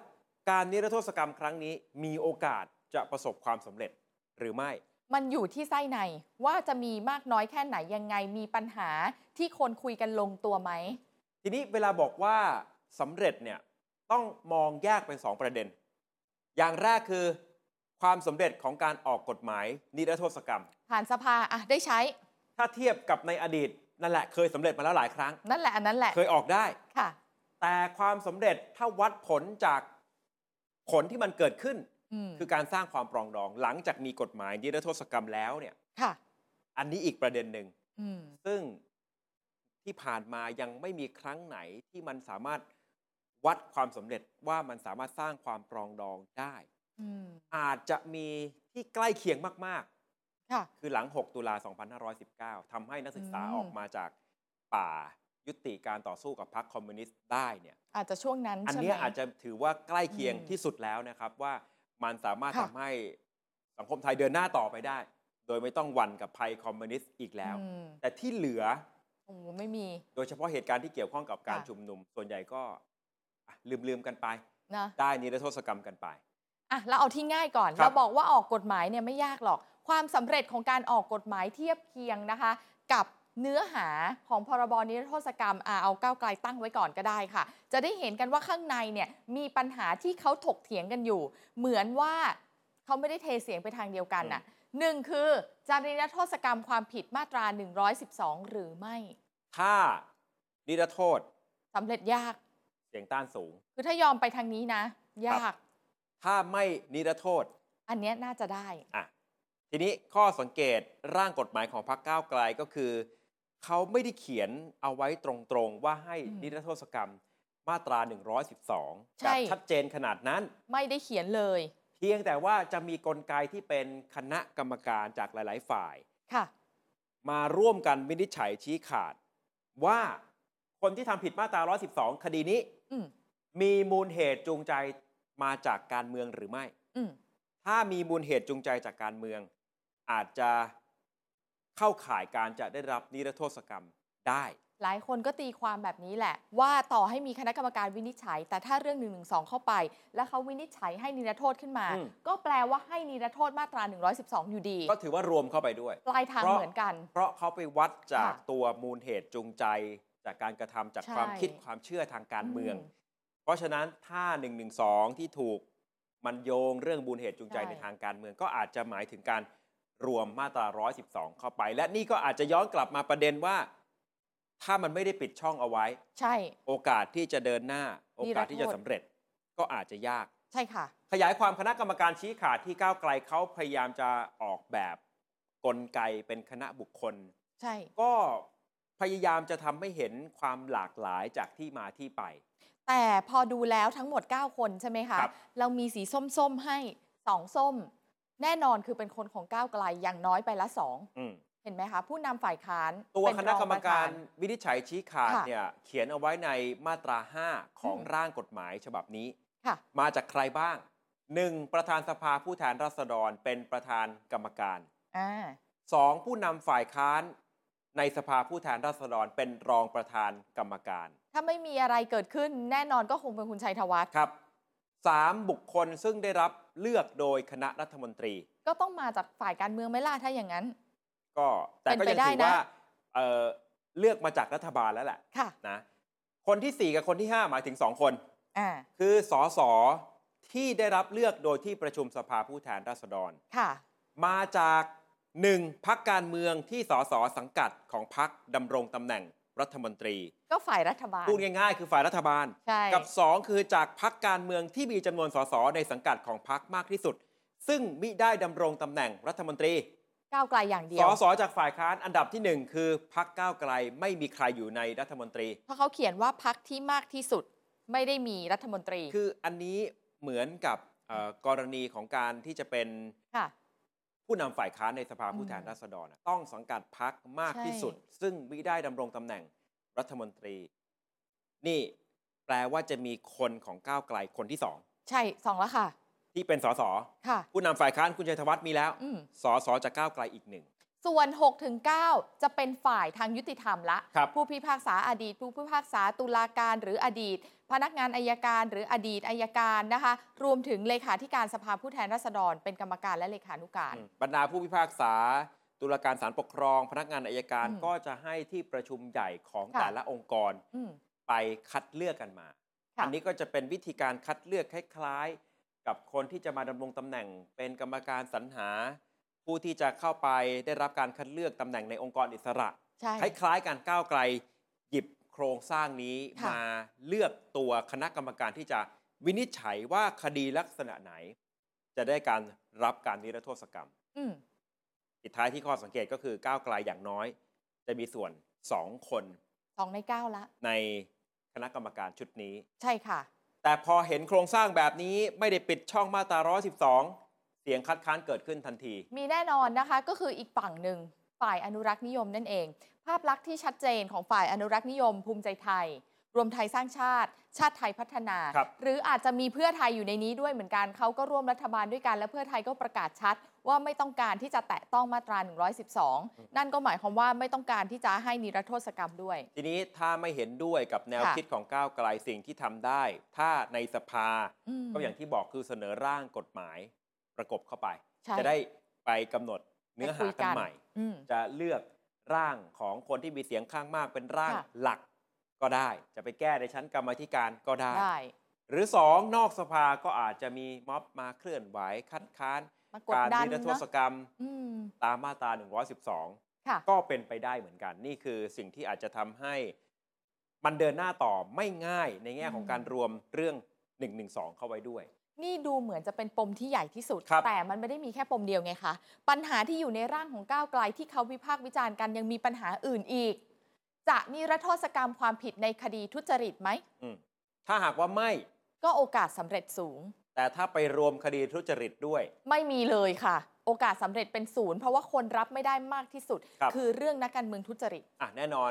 [SPEAKER 2] การนิรโทษกรรมครั้งนี้มีโอกาสจะประสบความสำเร็จหรือไม่
[SPEAKER 3] มันอยู่ที่ไส้ในว่าจะมีมากน้อยแค่ไหนยังไงมีปัญหาที่คนคุยกันลงตัวไหม
[SPEAKER 2] ทีนี้เวลาบอกว่าสำเร็จเนี่ยต้องมองแยกเป็น 2 ประเด็น อย่างแรกคือความสำเร็จของการออกกฎหมายนิรโทษกรรม
[SPEAKER 3] ผ่านสภาอ่ะได้ใช้
[SPEAKER 2] ถ้าเทียบกับในอดีตนั่นแหละเคยสำเร็จมาแล้วหลายครั้ง
[SPEAKER 3] นั่นแหละอันนั้นแหละ
[SPEAKER 2] เคยออกได้
[SPEAKER 3] ค่ะ
[SPEAKER 2] แต่ความสำเร็จถ้าวัดผลจากผลที่มันเกิดขึ้น
[SPEAKER 3] อืม
[SPEAKER 2] คือการสร้างความปรองดองหลังจากมีกฎหมายนิรโทษกรรมแล้วเนี่ย
[SPEAKER 3] ค่ะ
[SPEAKER 2] อันนี้อีกประเด็นหนึ่ง
[SPEAKER 3] อืม
[SPEAKER 2] ซึ่งที่ผ่านมายังไม่มีครั้งไหนที่มันสามารถวัดความสำเร็จว่ามันสามารถสร้างความปรองดองได้
[SPEAKER 3] อืม
[SPEAKER 2] อาจจะมีที่ใกล้เคียงมาก
[SPEAKER 3] ค่ะ
[SPEAKER 2] ๆ คือหลัง 6 ตุลา 2519 ทำให้นักศึกษา
[SPEAKER 3] อืม
[SPEAKER 2] ออกมาจากป่ายุติการต่อสู้กับพรรคคอมมิวนิสต์ได้เนี่ย
[SPEAKER 3] อาจจะช่วงนั้น
[SPEAKER 2] อัน
[SPEAKER 3] ใช่ไหม
[SPEAKER 2] เนี้ยอาจจะถือว่าใกล้เคียง
[SPEAKER 3] อืม
[SPEAKER 2] ที่สุดแล้วนะครับว่ามันสามารถ
[SPEAKER 3] ค่ะ
[SPEAKER 2] ทำให้สังคมไทยเดินหน้าต่อไปได้ โดยไม่ต้องหวันกับภัยคอมมิวนิสต์อีกแล้ว
[SPEAKER 3] อืม
[SPEAKER 2] แต่ที่เหลือ
[SPEAKER 3] โอ้โหไม่มี
[SPEAKER 2] โดยเฉพาะเหตุการณ์ที่เกี่ยวข้องกับการ
[SPEAKER 3] ค่ะ
[SPEAKER 2] ชุมนุม ส่วนใหญ่ก็อ่ะลืมๆกันไป
[SPEAKER 3] นะ
[SPEAKER 2] ได้นิรโทษกรรมกันไป
[SPEAKER 3] อ่ะเราเอาที่ง่ายก่อน
[SPEAKER 2] ครับ
[SPEAKER 3] เราบอกว่าออกกฎหมายเนี่ยไม่ยากหรอก ความสำเร็จของการออกกฎหมายเทียบเคียงนะคะ กับเนื้อหาของพรบนิรโทษกรรมอ่ะเอาก้าวไกลตั้งไว้ก่อนก็ได้ค่ะ จะได้เห็นกันว่าข้างในเนี่ยมีปัญหาที่เขาถกเถียงกันอยู่ เหมือนว่าเขาไม่ได้เทเสียงไปทางเดียวกันน่ะหนึ่งคือจะนิรโทษกรรมความผิดมาตรา 112 หรือไม่
[SPEAKER 2] ถ้านิรโทษ
[SPEAKER 3] สำเร็จยาก
[SPEAKER 2] เสียงต้านสูง
[SPEAKER 3] คือถ้ายอมไปทางนี้นะ ยา
[SPEAKER 2] ครั
[SPEAKER 3] ก
[SPEAKER 2] บ ถ้าไม่นิรโทษ
[SPEAKER 3] อันเนี้ยน่าจะได้
[SPEAKER 2] อ่ะทีนี้ข้อสังเกตร่างกฎหมายของพรรคก้าวไกลก็คือ เขาไม่ได้เขียนเอาไว้ตรงๆ ว่าให้
[SPEAKER 3] อืม
[SPEAKER 2] นิรโทษกรรมมาตรา 112
[SPEAKER 3] ใช่
[SPEAKER 2] แบบชัดเจนขนาดนั้น
[SPEAKER 3] ไม่ได้เขียนเลย
[SPEAKER 2] เพียงแต่ว่าจะมีกลไกที่เป็นคณะกรรมการจากหลายๆ ฝ่าย
[SPEAKER 3] ค่ะ
[SPEAKER 2] มาร่วมกันวินิจฉัยชี้ขาด ว่าคนที่ทำผิดมาตรา 112 คดีนี้
[SPEAKER 3] อืม
[SPEAKER 2] มีมูลเหตุจูงใจมาจากการเมืองหรือไม่
[SPEAKER 3] อืม
[SPEAKER 2] ถ้ามีมูลเหตุจูงใจจากการเมือง อาจจะเข้าข่ายการจะได้รับนิรโทษกรรมได้
[SPEAKER 3] หลายคนก็ตีความแบบนี้แหละ ว่าต่อให้มีคณะกรรมการวินิจฉัย แต่ถ้าเรื่อง1นึเข้าไป แล้วเขาวินิจฉัยให้นิรโทษขึ้นมา
[SPEAKER 2] อืม
[SPEAKER 3] ก็แปลว่าให้นิรโทษมาตรา 112 อยู่ดี
[SPEAKER 2] ก็ถือว่ารวมเข้าไปด้วย
[SPEAKER 3] ปลายทาง
[SPEAKER 2] เพราะ
[SPEAKER 3] เหมือนกัน
[SPEAKER 2] เพราะเขาไปวัดจาก
[SPEAKER 3] ค่ะ
[SPEAKER 2] ตัวมูลเหตุจูงใจ จากการกระทำจาก
[SPEAKER 3] ใช่
[SPEAKER 2] ความคิดความเชื่อทางการเมือง
[SPEAKER 3] อืม
[SPEAKER 2] เพราะฉะนั้นถ้า1นึที่ถูกมันโยงเรื่องมูลเหตุจูงใจ
[SPEAKER 3] ใช่
[SPEAKER 2] ในทางการเมือง ก็อาจจะหมายถึงการรวมมาตรา 112 เข้าไป และนี่ก็อาจจะย้อนกลับมาประเด็นว่า ถ้ามันไม่ได้ปิดช่องเอาไว้
[SPEAKER 3] ใช่
[SPEAKER 2] โอกาสที่จะเดินหน้า โอกาสที่จะสำเร็จก็อาจจะยาก
[SPEAKER 3] ใช่ค่ะ
[SPEAKER 2] ขยายความคณะกรรมการชี้ขาดที่ก้าวไกลเขาพยายามจะออกแบบกลไกเป็นคณะบุคคล
[SPEAKER 3] ใช่
[SPEAKER 2] ก็พยายามจะทำให้เห็นความหลากหลายจากที่มาที่ไป
[SPEAKER 3] แต่พอดูแล้วทั้งหมด 9 คนใช่ไหมคะ
[SPEAKER 2] ครับ
[SPEAKER 3] เรามีสีส้มๆให้สองส้ม แน่นอนคือเป็นคนของก้าวไกลอย่างน้อยไปละสอง
[SPEAKER 2] อืม
[SPEAKER 3] เห็นไหมคะ ผู้นำฝ่ายค้าน
[SPEAKER 2] ตัว
[SPEAKER 3] เป็น
[SPEAKER 2] คณะ
[SPEAKER 3] อง
[SPEAKER 2] กรรม
[SPEAKER 3] ปะธ
[SPEAKER 2] การ
[SPEAKER 3] น
[SPEAKER 2] วินิจฉัยชี้ขาด
[SPEAKER 3] ค่ะ
[SPEAKER 2] เนี่ยเขียนเอาไว้ในมาตรา 5 ของ
[SPEAKER 3] อืม
[SPEAKER 2] ร่างกฎหมายฉบับนี้
[SPEAKER 3] ค่ะ
[SPEAKER 2] มาจากใครบ้าง 1. ประธานสภาผู้แทนราษฎรเป็นประธานกรรมการ
[SPEAKER 3] อ่า
[SPEAKER 2] สองผู้นำฝ่ายค้านในสภาผู้แทนราษฎรเป็นรองประธานกรรมการ
[SPEAKER 3] ถ้าไม่มีอะไรเกิดขึ้นแน่นอนก็คงเป็นคุณชัยธวัฒน์
[SPEAKER 2] ครับสามบุคคลซึ่งได้รับเลือกโดยคณะรัฐมนตรี
[SPEAKER 3] ก็ต้องมาจากฝ่ายการเมืองไหม่ล่ะถ้าอย่างนั้น
[SPEAKER 2] ก็แต่ก็
[SPEAKER 3] เป็นไป
[SPEAKER 2] ยัง
[SPEAKER 3] ได้
[SPEAKER 2] ถือ
[SPEAKER 3] นะ
[SPEAKER 2] ว่าเอ่อเลือกมาจากรัฐบาลแล้วแหละ
[SPEAKER 3] ค่ะ
[SPEAKER 2] นะคนที่ 4 กับคนที่ 5 หมายถึง 2 คน
[SPEAKER 3] อ่า
[SPEAKER 2] คือสอสอที่ได้รับเลือกโดยที่ประชุมสภาผู้แทนราษฎร
[SPEAKER 3] ค่ะ
[SPEAKER 2] มาจาก 1. พักการเมืองที่สสสังกัดของพักดำรงตำแหน่ง รัฐมนตรี
[SPEAKER 3] ก็ฝ่ายรัฐบาล
[SPEAKER 2] พูดง่ายๆ คือฝ่ายรัฐบาล
[SPEAKER 3] ใช่
[SPEAKER 2] กับ 2 คือจากพักการเมืองที่มีจำนวนสสในสังกัดของพักมากที่สุด ซึ่งมิได้ดำรงตำแหน่งรัฐมนตรี
[SPEAKER 3] ก้าวไกลอย่างเดีย
[SPEAKER 2] ส
[SPEAKER 3] ว
[SPEAKER 2] สจากฝ่ายค้านอันดับที่ 1 คือพักก้าวไกลไม่มีใครอยู่ในรัฐมนตรี
[SPEAKER 3] เพราะเขาเขียนว่าพักที่มากที่สุดไม่ได้มีรัฐมนตรี
[SPEAKER 2] คืออันนี้เหมือนกับเอ่อกรณีของการที่จะเป็น
[SPEAKER 3] ค่ะ
[SPEAKER 2] ผู้นำฝ่ายค้านในสภาผู้แทนราษฎรอะต้องสังกัดพักมาก
[SPEAKER 3] ใช่
[SPEAKER 2] ที่สุด ซึ่งมิได้ดำรงตำแหน่งรัฐมนตรี นี่แปลว่าจะมีคนของก้าวไกลคนที่สอง
[SPEAKER 3] ใช่สองแล้วค่ะ
[SPEAKER 2] ที่เป็นสส
[SPEAKER 3] ค่ะ
[SPEAKER 2] ผู้นำฝ่ายค้านคุณชัยธวัฒน์มีแล้ว
[SPEAKER 3] อืม
[SPEAKER 2] สสจากก้าวไกลอีกหนึ่ง
[SPEAKER 3] ส่วน6ถึง9จะเป็นฝ่ายทางยุติธรรมละ
[SPEAKER 2] ครับ
[SPEAKER 3] ผู้พิพากษาอดีต ผู้พิพากษาตุลาการหรืออดีต พนักงานอายการหรืออดีตอายการนะคะ รวมถึงเลขาธิการสภาผู้แทนราษฎร เป็นกรรมการและเลขานุการ
[SPEAKER 2] บรรดาผู้พิพากษา ตุลาการศาลปกครอง พนักงานอายการ
[SPEAKER 3] อืม
[SPEAKER 2] ก็จะให้ที่ประชุมใหญ่ของ
[SPEAKER 3] ค่ะ
[SPEAKER 2] แต่ละองค์กร
[SPEAKER 3] อืม
[SPEAKER 2] ไปคัดเลือกกันมา
[SPEAKER 3] ค่ะ
[SPEAKER 2] อันี้ก็จะเป็นวิธีการคัดเลือกคล้ายๆ กับคนที่จะมาดำรงตำแหน่ง เป็นกรรมการสรรหา ผู้ที่จะเข้าไปได้รับการคัดเลือกตำแหน่งในองค์กรอิสระ
[SPEAKER 3] ใช่
[SPEAKER 2] คล้ายๆการก้าวไกลหยิบโครงสร้างนี้
[SPEAKER 3] ค่ะ
[SPEAKER 2] มาเลือกตัวคณะกรรมการที่จะวินิจฉัยว่าคดีลักษณะไหน จะได้การรับการนิรโทษกรรม
[SPEAKER 3] อืม
[SPEAKER 2] ปิดท้ายที่ข้อสังเกตก็คือก้าวไกลอย่างน้อย จะมีส่วน 2 คน
[SPEAKER 3] สองในเก้าละ
[SPEAKER 2] ในคณะกรรมการชุดนี้
[SPEAKER 3] ใช่ค่ะ
[SPEAKER 2] แต่พอเห็นโครงสร้างแบบนี้ไม่ได้ปิดช่องมาตรา112 เสียงคัดค้านเกิดขึ้นทันที
[SPEAKER 3] มีแน่นอนนะคะก็คืออีกฝั่งหนึ่งฝ่ายอนุรักษ์นิยมนั่นเอง ภาพลักษณ์ที่ชัดเจนของฝ่ายอนุรักษ์นิยม ภูมิใจไทย รวมไทยสร้างชาติ ชาติไทยพัฒนา
[SPEAKER 2] ครับ
[SPEAKER 3] หรืออาจจะมีเพื่อไทยอยู่ในนี้ด้วยเหมือนกันเขาก็ร่วมรัฐบาลด้วยกันและเพื่อไทยก็ประกาศชัด ว่าไม่ต้องการที่จะแตะต้องมาตรา
[SPEAKER 2] อืม
[SPEAKER 3] 112 นั่นก็หมายความว่าไม่ต้องการที่จะให้นิรโทษกรรมด้วย
[SPEAKER 2] ทีนี้ถ้าไม่เห็นด้วยกับแนว
[SPEAKER 3] ค่ะ
[SPEAKER 2] คิดของก้าวไกลสิ่งที่ทำได้ ถ้าในสภา
[SPEAKER 3] ม
[SPEAKER 2] ก็อย่างที่บอกคือเสนอร่างกฎหมายประกบเข้าไป
[SPEAKER 3] ใช่
[SPEAKER 2] จะได้ไปกำหนดเนื้อหา
[SPEAKER 3] ไปคุยกั
[SPEAKER 2] กัน
[SPEAKER 3] น
[SPEAKER 2] ใหม่
[SPEAKER 3] อืม
[SPEAKER 2] จะเลือกร่างของคนที่มีเสียงข้างมากเป็นร่าง
[SPEAKER 3] ค่ะ
[SPEAKER 2] หลักก็ได้ จะไปแก้ในชั้นกรรมาธิการก็ได้
[SPEAKER 3] ได้
[SPEAKER 2] หรือ 2 นอกสภาก็อาจจะมีม็อบมาเคลื่อนไหวคัดค้าน
[SPEAKER 3] มากด
[SPEAKER 2] การ
[SPEAKER 3] ดัน
[SPEAKER 2] นิรโท
[SPEAKER 3] เนอะ
[SPEAKER 2] ษกรรม
[SPEAKER 3] อืม
[SPEAKER 2] ตามมาตรา
[SPEAKER 3] ค่ะ
[SPEAKER 2] 112 ก็เป็นไปได้เหมือนกัน นี่คือสิ่งที่อาจจะทำให้มันเดินหน้าต่อไม่ง่ายในแง่ของการรวมเรื่อง 112 เข้าไว้ด้วย
[SPEAKER 3] นี่ดูเหมือนจะเป็นปมที่ใหญ่ที่สุด
[SPEAKER 2] ครับ
[SPEAKER 3] แต่มันไม่ได้มีแค่ปมเดียวไงคะ ปัญหาที่อยู่ในร่างของก้าวไกลที่เขาวิพากษ์วิจารณ์กันยังมีปัญหาอื่นอีก จะนิรโทษกรรมความผิดในคดีทุจริตไหม
[SPEAKER 2] อืมถ้าหากว่าไม่
[SPEAKER 3] ก็โอกาสสำเร็จสูง
[SPEAKER 2] แต่ถ้าไปรวมคดีทุจริตด้วย
[SPEAKER 3] ไม่มีเลยค่ะ โอกาสสำเร็จเป็นศูนย์เพราะว่าคนรับไม่ได้มากที่สุด
[SPEAKER 2] ครับ
[SPEAKER 3] อเรื่องนักการเมืองทุจริต
[SPEAKER 2] อ่ะแน่นอน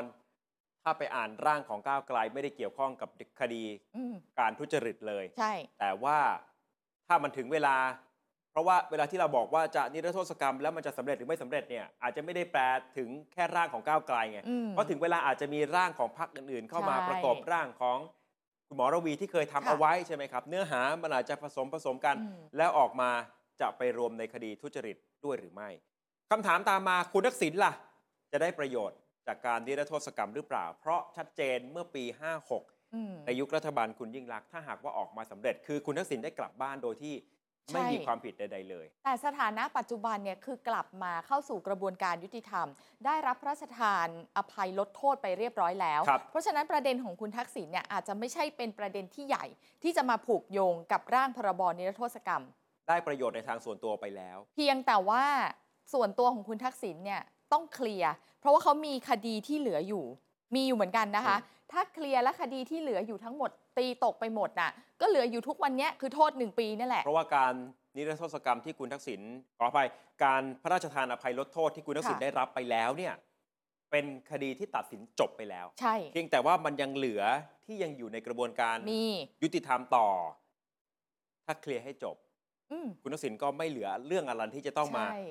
[SPEAKER 2] ถ้าไปอ่านร่างของก้าวไกลไม่ได้เกี่ยวข้องกับคดี
[SPEAKER 3] อืม
[SPEAKER 2] การทุจริตเลย
[SPEAKER 3] ใช่
[SPEAKER 2] แต่ว่าถ้ามันถึงเวลา เพราะว่าเวลาที่เราบอกว่าจะนิรโทษกรรมแล้วมันจะสำเร็จหรือไม่สำเร็จเนี่ยอาจจะไม่ได้แปลถึงแค่ร่างของก้าวไกลไง
[SPEAKER 3] อืม
[SPEAKER 2] เพราะถึงเวลาอาจจะมีร่างของพรรคอื่นๆ เข้ามา
[SPEAKER 3] ใช่
[SPEAKER 2] ประกอบร่างของคุณหมอระวีที่เคยทำ
[SPEAKER 3] ค่ะ
[SPEAKER 2] เอาไว้ใช่ไหมครับ เนื้อหามันอาจจะผสมผสมกัน
[SPEAKER 3] อืม
[SPEAKER 2] แล้วออกมาจะไปรวมในคดีทุจริตด้วยหรือไม่คำถามตามมาคุณทักษิณล่ะ จะได้ประโยชน์จากการนิรโทษกรรมหรือเปล่า เพราะชัดเจนเมื่อปี 56
[SPEAKER 3] อืม
[SPEAKER 2] ในยุครัฐบาลคุณยิ่งรักษณ์ถ้าหากว่าออกมาสำเร็จ คือคุณทักษิณได้กลับบ้านโดยที่ไม่
[SPEAKER 3] ใช่
[SPEAKER 2] มีความผิดใด ๆ เลย
[SPEAKER 3] แต่สถานะปัจจุบันเนี่ยคือกลับมาเข้าสู่กระบวนการยุติธรรม ได้รับพระราชทานอภัยลดโทษไปเรียบร้อยแล้ว
[SPEAKER 2] ครับ
[SPEAKER 3] เพราะฉะนั้นประเด็นของคุณทักษิณเนี่ยอาจจะไม่ใช่เป็นประเด็นที่ใหญ่ ที่จะมาผูกโยงกับร่างพรบนิรโทษกรรม
[SPEAKER 2] ได้ประโยชน์ในทางส่วนตัวไปแล้ว
[SPEAKER 3] เพียงแต่ว่าส่วนตัวของคุณทักษิณเนี่ยต้องเคลียร์เพราะว่าเขามีคดีที่เหลืออยู่ มีอยู่เหมือนกันนะคะ ถ้าเคลียร์และคดีที่เหลืออยู่ทั้งหมดตีตกไปหมดน่ะก็เหลืออยู่ทุกวันเนี้ยคือโทษหนึ่งปีนั่นแหละ
[SPEAKER 2] เพราะว่าการนิรโทษกรรมที่คุณทักษิณขออภัยการพระราชทานอภัยลดโทษที่คุณทักษิณ
[SPEAKER 3] ค่ะ
[SPEAKER 2] ได้รับไปแล้วเนี่ยเป็นคดีที่ตัดสินจบไปแล้ว
[SPEAKER 3] ใช่
[SPEAKER 2] เพียงแต่ว่ามันยังเหลือที่ยังอยู่ในกระบวนการ
[SPEAKER 3] มี
[SPEAKER 2] ยุติธรรมต่อ ถ้าเคลียร์ให้จบ
[SPEAKER 3] อืม
[SPEAKER 2] คุณทักษิณก็ไม่เหลือเรื่องอะไรที่จะต้องมา
[SPEAKER 3] ใช่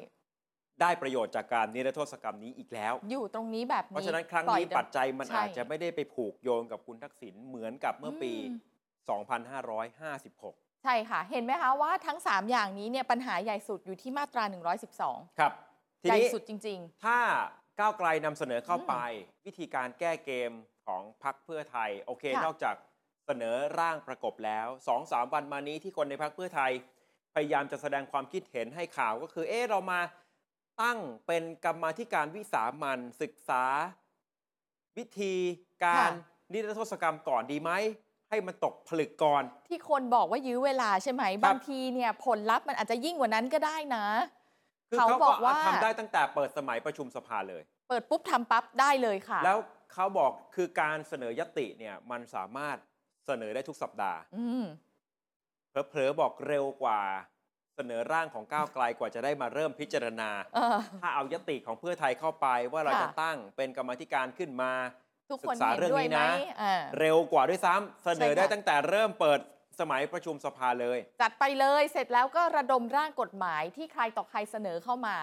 [SPEAKER 2] ได้ประโยชน์จากการนิรโทษกรรมนี้อีกแล้ว
[SPEAKER 3] อยู่ตรงนี้แบบนี้
[SPEAKER 2] เพราะฉะนั้นครั้ง
[SPEAKER 3] ปล่อย
[SPEAKER 2] นี้
[SPEAKER 3] เดิม
[SPEAKER 2] ปัจจัยมัน
[SPEAKER 3] ใช่
[SPEAKER 2] อาจจะไม่ได้ไปผูกโยงกับคุณทักษิณเหมือนกับเมื่อปี
[SPEAKER 3] อืม
[SPEAKER 2] 2556
[SPEAKER 3] ใช่ค่ะ เห็นไหมคะว่าทั้ง 3 อย่างนี้เนี่ยปัญหาใหญ่สุดอยู่ที่มาตรา 112
[SPEAKER 2] ครับ ที
[SPEAKER 3] ใหญ่
[SPEAKER 2] นี้
[SPEAKER 3] สุดจริง
[SPEAKER 2] ถ้าก้าวไกลนำเสนอเข้าไป วิธีการแก้เกมของพักเพื่อไทย โอเค
[SPEAKER 3] ค่ะ
[SPEAKER 2] นอกจากเสนอร่างประกบแล้ว2อสามวันมานี้ที่คนในพักเพื่อไทย พยายามจะแสดงความคิดเห็นให้ข่าวก็คือ เอ๊ะเรามาตั้งเป็นกรรมาธิการวิสามันศึกษา วิธีการ
[SPEAKER 3] ค่ะ
[SPEAKER 2] นิรโทษกรรมก่อนดีไหม ให้มันตกผลึกก่อน
[SPEAKER 3] ที่คนบอกว่ายื้อเวลาใช่ไหม บางทีเนี่ยผลลัพธ์มันอาจจะยิ่งกว่านั้นก็ได้นะ
[SPEAKER 2] คือ
[SPEAKER 3] เขา
[SPEAKER 2] เขา
[SPEAKER 3] บ
[SPEAKER 2] ก็
[SPEAKER 3] อกว่า
[SPEAKER 2] ทำได้ตั้งแต่เปิดสมัยประชุมสภาเลย
[SPEAKER 3] เปิดปุ๊บทำปั๊บได้เลยค่ะ
[SPEAKER 2] แล้วเขาบอกคือการเสนอยติเนี่ยมันสามารถเสนอได้ทุกสัปดาห์
[SPEAKER 3] อืม
[SPEAKER 2] เผลอๆบอกเร็วกว่าเสนอร่างของก้าวไกลกว่าจะได้มาเริ่มพิจารณา
[SPEAKER 3] เออ
[SPEAKER 2] ถ้าเอายติของเพื่อไทยเข้าไปว่าเรา
[SPEAKER 3] ค่ะ
[SPEAKER 2] จะตั้งเป็นกรรมาธิการขึ้นมา
[SPEAKER 3] ทุกคน
[SPEAKER 2] ศึกษา
[SPEAKER 3] เห็น
[SPEAKER 2] เรื่อง
[SPEAKER 3] ด้วย
[SPEAKER 2] นี้
[SPEAKER 3] ไหม
[SPEAKER 2] นะ
[SPEAKER 3] อ่า
[SPEAKER 2] เร็วกว่าด้วยซ้ำเสนอได้
[SPEAKER 3] ใช่ค่ะ
[SPEAKER 2] ตั้งแต่เริ่มเปิดสมัยประชุมสภาเลย
[SPEAKER 3] จัดไปเลยเสร็จแล้วก็ระดมร่างกฎหมายที่ใครต่อใครเสนอเข้ามา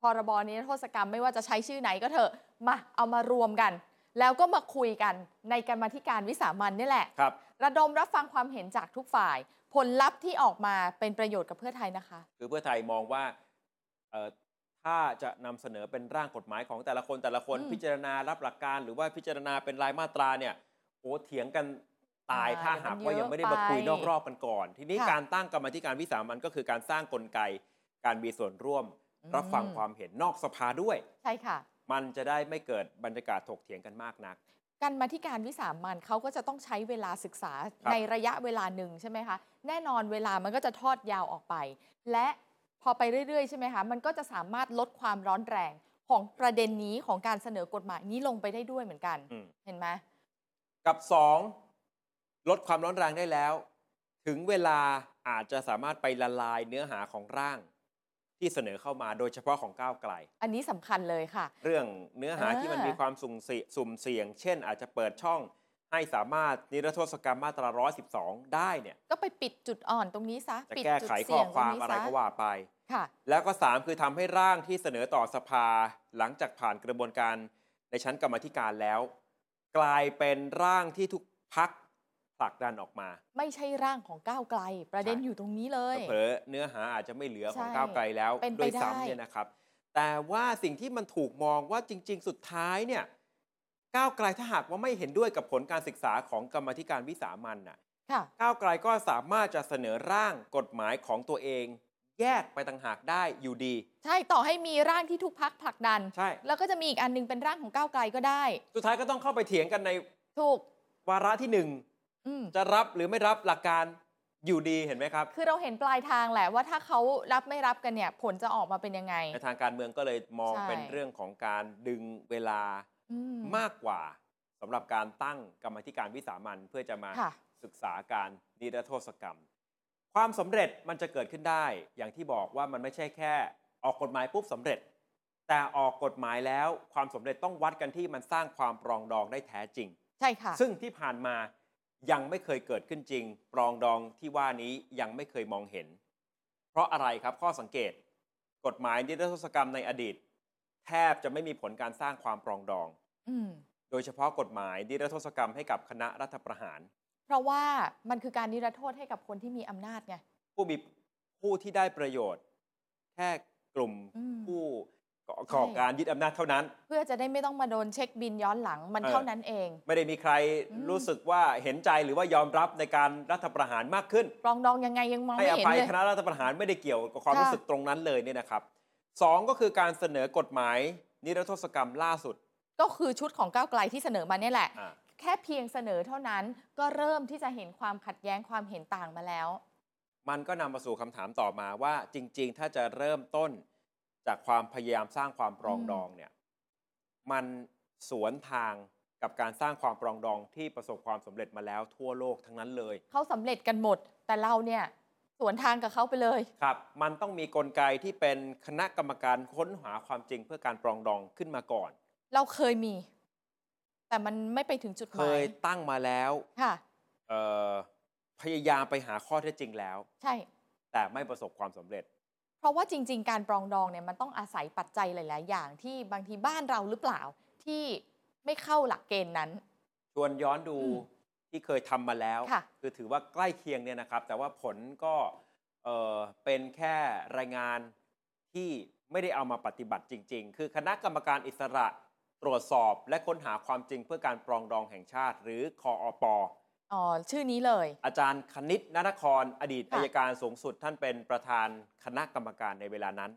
[SPEAKER 3] พรบนี้โทษกรรมไม่ว่าจะใช้ชื่อไหนก็เถอะมาเอามารวมกัน แล้วก็มาคุยกันในกรรมาธิการวิสามันนี่แหละ
[SPEAKER 2] ครับ
[SPEAKER 3] ระดมรับฟังความเห็นจากทุกฝ่าย ผลลัพธ์ที่ออกมาเป็นประโยชน์กับเพื่อไทยนะคะ
[SPEAKER 2] คือเพื่อไทยมองว่าเอ่อถ้าจะนำเสนอเป็นร่างกฎหมายของแต่ละคนแต่ละคน
[SPEAKER 3] อืม
[SPEAKER 2] พิจารณารับหลักการ หรือว่าพิจารณาเป็นรายมาตราเนี่ยโอ้เถียงกันตาย
[SPEAKER 3] ตาย
[SPEAKER 2] ถ้าหากว่ายังไม่ได้มาคุยนอกรอบกันก่อน ทีนี้
[SPEAKER 3] ค่ะ
[SPEAKER 2] การตั้งกรรมาธิการวิสามันก็คือการสร้างกลไก การมีส่วนร่วม รับฟังความเห็นนอกสภาด้วย
[SPEAKER 3] ใช่ค่ะ
[SPEAKER 2] มันจะได้ไม่เกิดบรรยากาศถกเถียงกันมากนัก
[SPEAKER 3] การมาธิการวิสามันเขาก็จะต้องใช้เวลาศึกษา
[SPEAKER 2] ครับ
[SPEAKER 3] ในระยะเวลาหนึ่งใช่ไหมคะ แน่นอนเวลามันก็จะทอดยาวออกไป และพอไปเรื่อยๆ ใช่ไหมคะ มันก็จะสามารถลดความร้อนแรงของประเด็นนี้ของการเสนอกฎหมายนี้ลงไปได้ด้วยเหมือนกัน
[SPEAKER 2] อืม
[SPEAKER 3] เห็นไหม
[SPEAKER 2] กับ 2 ลดความร้อนแรงได้แล้ว ถึงเวลาอาจจะสามารถไปละลายเนื้อหาของร่าง ที่เสนอเข้ามาโดยเฉพาะของก้าวไกล
[SPEAKER 3] อันนี้สำคัญเลยค่ะ
[SPEAKER 2] เรื่องเนื้อหา
[SPEAKER 3] อ่า
[SPEAKER 2] ที่มันมีความสุ่มเสี่ยสุ่มเสี่ยง เช่น อาจจะเปิดช่องให้สามารถนิรโทษกรรมมาตรา 112 ได้เนี่ย
[SPEAKER 3] ก็ไปปิดจุดอ่อนตรงนี้ซะ
[SPEAKER 2] จะ
[SPEAKER 3] ปิด
[SPEAKER 2] แก้
[SPEAKER 3] จุด
[SPEAKER 2] ไขข้
[SPEAKER 3] เสี่
[SPEAKER 2] อย
[SPEAKER 3] งตรง
[SPEAKER 2] ความ
[SPEAKER 3] นี้
[SPEAKER 2] อะไร
[SPEAKER 3] ซะ
[SPEAKER 2] ก็ว่าไป
[SPEAKER 3] ค่ะ
[SPEAKER 2] แล้วก็ 3 คือทำให้ร่างที่เสนอต่อสภาหลังจากผ่านกระบวนการในชั้นกรรมาธิการแล้ว กลายเป็นร่างที่ทุกพักผลักดันออกมา
[SPEAKER 3] ไม่ใช่ร่างของก้าวไกล ประเด็น
[SPEAKER 2] ใช่
[SPEAKER 3] อยู่ตรงนี้เลย
[SPEAKER 2] เผลอๆเนื้อหาอาจจะไม่เหลือของ
[SPEAKER 3] ใช่
[SPEAKER 2] ก้าวไกลแล้ว
[SPEAKER 3] เป็นไป
[SPEAKER 2] ด้วย
[SPEAKER 3] ได้
[SPEAKER 2] ซ้ำเนี่ยนะครับ แต่ว่าสิ่งที่มันถูกมองว่าจริง ๆ สุดท้ายเนี่ยก้าวไกลถ้าหากว่าไม่เห็นด้วยกับผลการศึกษาของกรรมาธิการวิสามันน่ะ
[SPEAKER 3] ค่ะ
[SPEAKER 2] ก้าวไกลก็สามารถจะเสนอร่างกฎหมายของตัวเอง แยกไปต่างหากได้อยู่ดี
[SPEAKER 3] ใช่ต่อให้มีร่างที่ทุกพักผลักดัน
[SPEAKER 2] ใช่
[SPEAKER 3] แล้วก็จะมีอีกอันหนึงเป็นร่างของก้าวไกลก็ได้
[SPEAKER 2] สุดท้ายก็ต้องเข้าไปเถียงกันใน
[SPEAKER 3] ถูก
[SPEAKER 2] วาระที่หนึ่ง
[SPEAKER 3] อืม
[SPEAKER 2] จะรับหรือไม่รับหลักการอยู่ดีเห็นไหมครับ
[SPEAKER 3] คือเราเห็นปลายทางแหละว่าถ้าเขารับไม่รับกันเนี่ย ผลจะออกมาเป็นยังไง
[SPEAKER 2] ในทางการเมืองก็เลยมอง
[SPEAKER 3] ใช่
[SPEAKER 2] เป็นเรื่องของการดึงเวลา
[SPEAKER 3] อืม
[SPEAKER 2] มากกว่าสำหรับการตั้งกรรมาธิการวิสามันเพื่อจะมา
[SPEAKER 3] ค่ะ
[SPEAKER 2] ศึกษาการนิรโทษกรรม ความสำเร็จมันจะเกิดขึ้นได้ อย่างที่บอกว่ามันไม่ใช่แค่ ออกกฎหมายปุ๊บสำเร็จ แต่ออกกฎหมายแล้วความสำเร็จต้องวัดกันที่มันสร้างความปรองดองได้แท้จริง
[SPEAKER 3] ใช่ค่ะ
[SPEAKER 2] ซึ่งที่ผ่านมายังไม่เคยเกิดขึ้นจริง ปรองดองที่ว่านี้ยังไม่เคยมองเห็น เพราะอะไรครับข้อสังเกต กฎหมายนิรโทษกรรมในอดีต แทบจะไม่มีผลการสร้างความปรองดอง
[SPEAKER 3] อืม
[SPEAKER 2] โดยเฉพาะกฎหมายนิรโทษกรรมให้กับคณะรัฐประหาร
[SPEAKER 3] เพราะว่ามันคือการนิรโทษให้กับคนที่มีอำนาจไง
[SPEAKER 2] ผู้มีผู้ที่ได้ประโยชน์ แค่กลุ่ม
[SPEAKER 3] อืม
[SPEAKER 2] ผู้ก่อก่อ
[SPEAKER 3] ใช่
[SPEAKER 2] การยึดอำนาจเท่านั้น
[SPEAKER 3] เพื่อจะได้ไม่ต้องมาโดนเช็คบินย้อนหลังมัน
[SPEAKER 2] เออ
[SPEAKER 3] เท่านั้นเอง
[SPEAKER 2] ไม่ได้มีใคร
[SPEAKER 3] อืม
[SPEAKER 2] รู้สึกว่าเห็นใจหรือว่ายอมรับในการรัฐประหารมากขึ้น
[SPEAKER 3] ปรองดองยังไงยังมอง
[SPEAKER 2] ให้
[SPEAKER 3] ไม่
[SPEAKER 2] อ
[SPEAKER 3] เห็น
[SPEAKER 2] ภัย
[SPEAKER 3] เลย
[SPEAKER 2] คณะรัฐประหารไม่ได้เกี่ยวกับความ
[SPEAKER 3] ค่ะ
[SPEAKER 2] รู้สึกตรงนั้นเลยเนี่ยนะครับสองก็คือการเสนอกฎหมายนิรโทษกรรมล่าสุด
[SPEAKER 3] ก็คือชุดของก้าวไกลที่เสนอมาเนี่ยแหละ
[SPEAKER 2] อ่ะ
[SPEAKER 3] แค่เพียงเสนอเท่านั้นก็เริ่มที่จะเห็นความขัดแย้งความเห็นต่างมาแล้ว
[SPEAKER 2] มันก็นำมาสู่คำถามต่อมาว่าจริง ๆ ถ้าจะเริ่มต้นจากความพยายามสร้างความปรองดองเนี่ยมันสวนทางกับการสร้างความปรองดองที่ประสบความสำเร็จมาแล้วทั่วโลกทั้งนั้นเลย
[SPEAKER 3] เขาสำเร็จกันหมด แต่เราเนี่ยสวนทางกับเขาไปเลย
[SPEAKER 2] ครับ มันต้องมีกลไกที่เป็นคณะกรรมการค้นหาความจริงเพื่อการปรองดองขึ้นมาก่อน
[SPEAKER 3] เราเคยมี แต่มันไม่ไปถึงจุดห
[SPEAKER 2] เค
[SPEAKER 3] มาย
[SPEAKER 2] ยตั้งมาแล้ว
[SPEAKER 3] ค่ะ
[SPEAKER 2] เอ่อพยายามไปหาข้อเท็จจริงแล้ว
[SPEAKER 3] ใช่
[SPEAKER 2] แต่ไม่ประสบความสำเร็จ
[SPEAKER 3] เพราะว่าจริง ๆ การปรองดองเนี่ยมันต้องอาศัยปัจจัยหลาย ๆ อย่างที่บางทีบ้านเราหรือเปล่าที่ไม่เข้าหลักเกณฑ์นั้น
[SPEAKER 2] ชวนย้อนดู
[SPEAKER 3] อืม
[SPEAKER 2] ที่เคยทำมาแล้ว
[SPEAKER 3] ค่ะ
[SPEAKER 2] คือถือว่าใกล้เคียงเนี่ยนะครับ แต่ว่าผลก็เอ่อเป็นแค่รายงานที่ไม่ได้เอามาปฏิบัติจริง ๆ คือคณะกรรมการอิสระตรวจสอบและค้นหาความจริงเพื่อการปรองดองแห่งชาติ หรือคออปอ
[SPEAKER 3] อ๋อชื่อนี้เลย
[SPEAKER 2] อาจารย์คณิตนนคร อดีต
[SPEAKER 3] ค่ะ
[SPEAKER 2] อายการสูงสุดท่านเป็นประธานคณะกรรมการในเวลานั้น